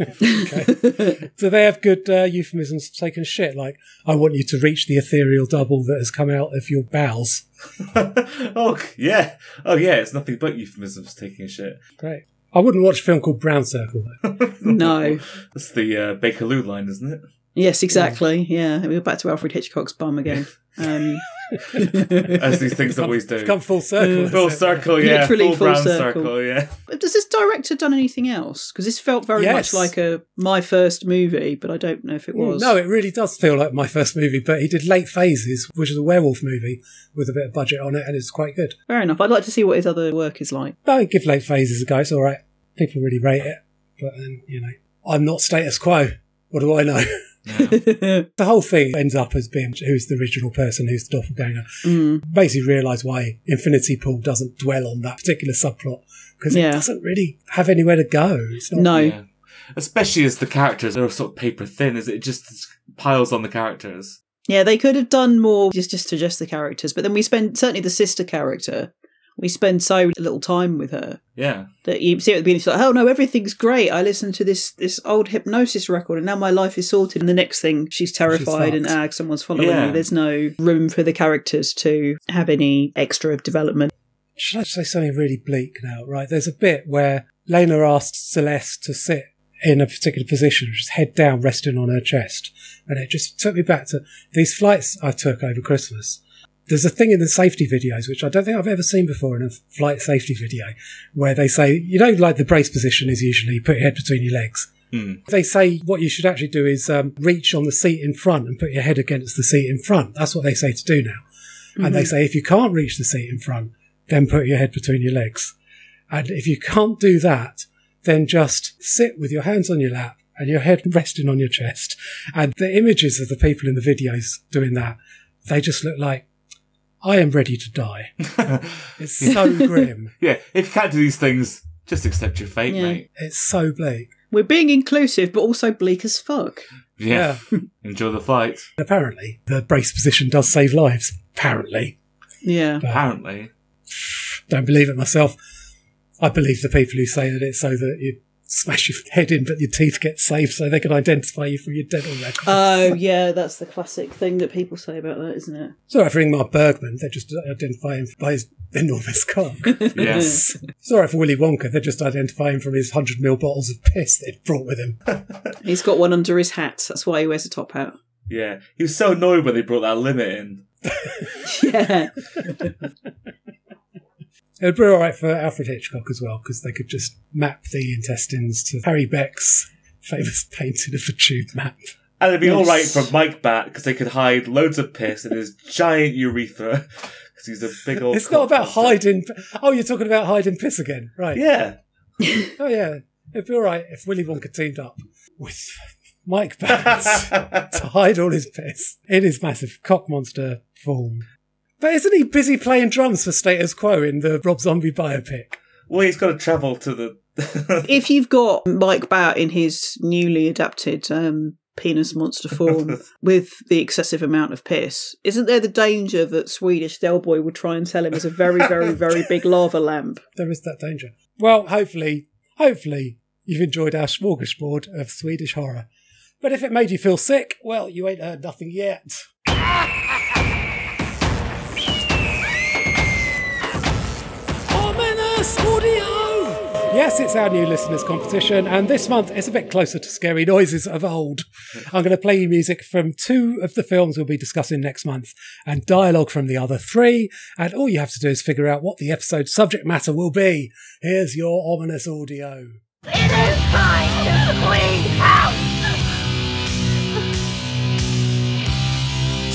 S1: So they have good uh, euphemisms for taking shit, like, I want you to reach the ethereal double that has come out of your bowels.
S3: oh yeah, oh yeah, it's nothing but euphemisms taking a shit.
S1: Great. I wouldn't watch a film called Brown Circle. though.
S2: No.
S3: That's the uh, Bakerloo line, isn't it?
S2: Yes, exactly. Yeah, we are back to Alfred Hitchcock's bum again. Um,
S3: As these things always do. Mm.
S1: It's come full circle.
S3: full
S1: hasn't it?
S3: circle, yeah.
S2: Literally
S3: full,
S2: full
S3: brown circle.
S2: circle.
S3: yeah.
S2: but does this director done anything else? Because this felt very
S1: Yes. Mm,
S2: much like a my first movie, but I don't know if it was.
S1: No, it really does feel like my first movie, but he did Late Phases, which is a werewolf movie with a bit of budget on it, and it's quite good.
S2: fair enough. I'd like to see what his other work is like.
S1: No, give Late Phases a go, it's all right. People really rate it, but then, you know, I'm not status quo. What do I know?
S2: Mm,
S1: the whole thing ends up as being who's the original person, who's the doppelganger. Basically, realise why Infinity Pool doesn't dwell on that particular subplot because
S2: Yeah.
S1: it doesn't really have anywhere to go. It's not
S2: No,
S3: Yeah. Especially as the characters are sort of paper thin, as it just piles on the characters.
S2: yeah, they could have done more just just to just the characters, but then we spend certainly the sister character. We spend so little time with her.
S3: Yeah.
S2: that you see at the beginning, it's like, oh no, everything's great. I listened to this this old hypnosis record, and now my life is sorted. And the next thing, she's terrified and
S1: fucked.
S2: ah, someone's following
S3: Yeah.
S2: me. There's no room for the characters to have any extra development.
S1: should I say something really bleak now, right? There's a bit where Lena asks Celeste to sit in a particular position, which is head down, resting on her chest. And it just took me back to these flights I took over Christmas. There's a thing in the safety videos, which I don't think I've ever seen before in a flight safety video, where they say, you know, like the brace position is usually you put your head between your legs. They say what you should actually do is um, reach on the seat in front and put your head against the seat in front. That's what they say to do now. And they say, if you can't reach the seat in front, then put your head between your legs. And if you can't do that, then just sit with your hands on your lap and your head resting on your chest. And the images of the people in the videos doing that, they just look like I am ready to die. It's so grim.
S3: Yeah, if you can't do these things, just accept your fate,
S2: Yeah.
S3: mate.
S1: It's so bleak.
S2: We're being inclusive, but also bleak as fuck.
S3: Yeah. Enjoy the fight.
S1: Apparently, the brace position does save lives. Apparently.
S2: Yeah.
S3: Apparently.
S1: Don't believe it myself. I believe the people who say that it's so that you smash your head in, but your teeth get saved so they can identify you from your dental record.
S2: Oh, yeah, that's the classic thing that people say about that, isn't it?
S1: Sorry for Ingmar Bergman, they just identify him by his enormous cock.
S3: Yes.
S1: Sorry for Willy Wonka, they just identify him from his 100 mil bottles of piss that he'd brought with him.
S2: He's got one under his hat. That's why he wears a top hat.
S3: yeah. He was so annoyed when they brought that limit in.
S2: Yeah.
S1: It would be alright for Alfred Hitchcock as well, because they could just map the intestines to Harry Beck's famous painting of a tube map.
S3: And it'd be
S2: Yes.
S3: all right for Mike Bat because they could hide loads of piss in his giant urethra because he's a big old.
S1: It's not about
S3: cockbuster.
S1: hiding. Oh, you're talking about hiding piss again, right?
S3: Yeah.
S1: Oh yeah, it'd be all right if Willy Wonka teamed up with Mike Bass to hide all his piss in his massive cock monster form. But isn't he busy playing drums for Status Quo in the Rob Zombie biopic?
S3: well, he's got to travel to the.
S2: if you've got Mike Bout in his newly adapted um, penis monster form with the excessive amount of piss, isn't there the danger that Swedish Delboy would try and sell him as a very, very, very big lava lamp?
S1: There is that danger. Well, hopefully, hopefully you've enjoyed our smorgasbord of Swedish horror. But if it made you feel sick, well, you ain't heard nothing yet. Ominous audio! Yes, it's our new listeners competition, and this month it's a bit closer to scary noises of old. I'm going to play you music from two of the films we'll be discussing next month and dialogue from the other three, and all you have to do is figure out what the episode's subject matter will be. Here's your ominous audio.
S6: It is time to clean house!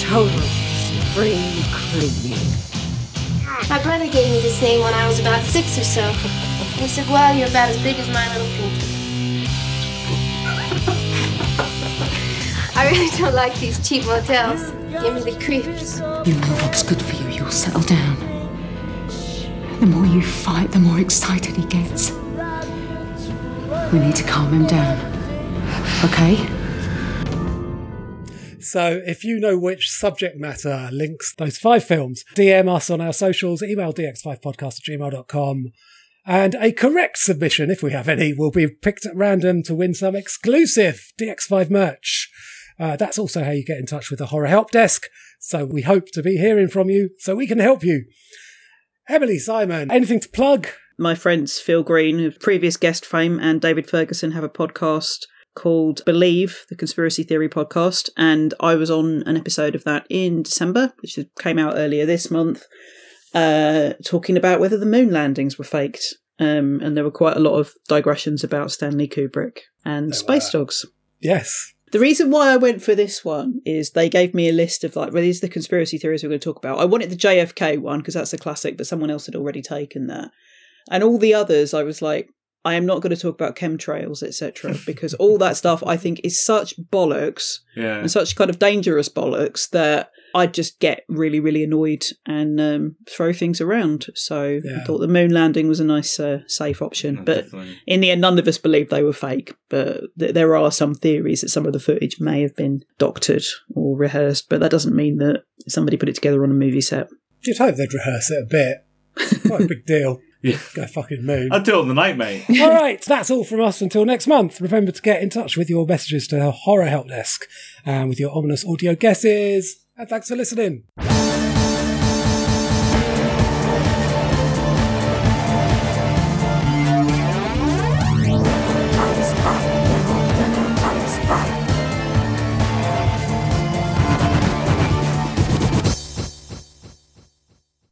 S6: Total spring cleaning.
S7: My brother gave me this name when I was about six or so. He said, Well, you're about as big as my little pinky. I really don't like these cheap motels. Give me the creeps.
S8: You know what's good for you, you'll settle down. The more you fight, the more excited he gets. We need to calm him down. Okay?
S1: So if you know which subject matter links those five films, DM us on our socials, email dx5podcast at gmail.com. And a correct submission, if we have any, will be picked at random to win some exclusive DX5 merch. Uh, that's also how you get in touch with the Horror Help Desk. So we hope to be hearing from you so we can help you. Emily, Simon, anything to plug?
S2: My friends Phil Green, who's previous guest fame, and David Ferguson have a podcast called Believe, the Conspiracy Theory podcast, and I was on an episode of that in December, which came out earlier this month, uh, talking about whether the moon landings were faked. Um, and there were quite a lot of digressions about Stanley Kubrick and Space Dogs.
S1: Yes.
S2: The reason why I went for this one is they gave me a list of like, well, these are the conspiracy theories we're going to talk about. I wanted the JFK one because that's a classic, but someone else had already taken that. And all the others, I was like, I am not going to talk about chemtrails, etc., because all that stuff I think is such bollocks
S3: yeah.
S2: and such kind of dangerous bollocks that I just get really, really annoyed and um, throw things around. So
S1: Yeah.
S2: I thought the moon landing was a nice, uh, safe option,
S3: No,
S2: but
S3: definitely.
S2: in the end, none of us believe they were fake, but th- there are some theories that some of the footage may have been doctored or rehearsed, but that doesn't mean that somebody put it together on a movie set.
S1: Just hope they'd rehearse it a bit. Quite a big deal.
S3: Yeah.
S1: Go fucking moon.
S3: I'd do it on the night, mate.
S1: all right, that's all from us until next month. Remember to get in touch with your um, messages to Horror Help Desk and with your ominous audio guesses. And thanks for listening.
S4: Thank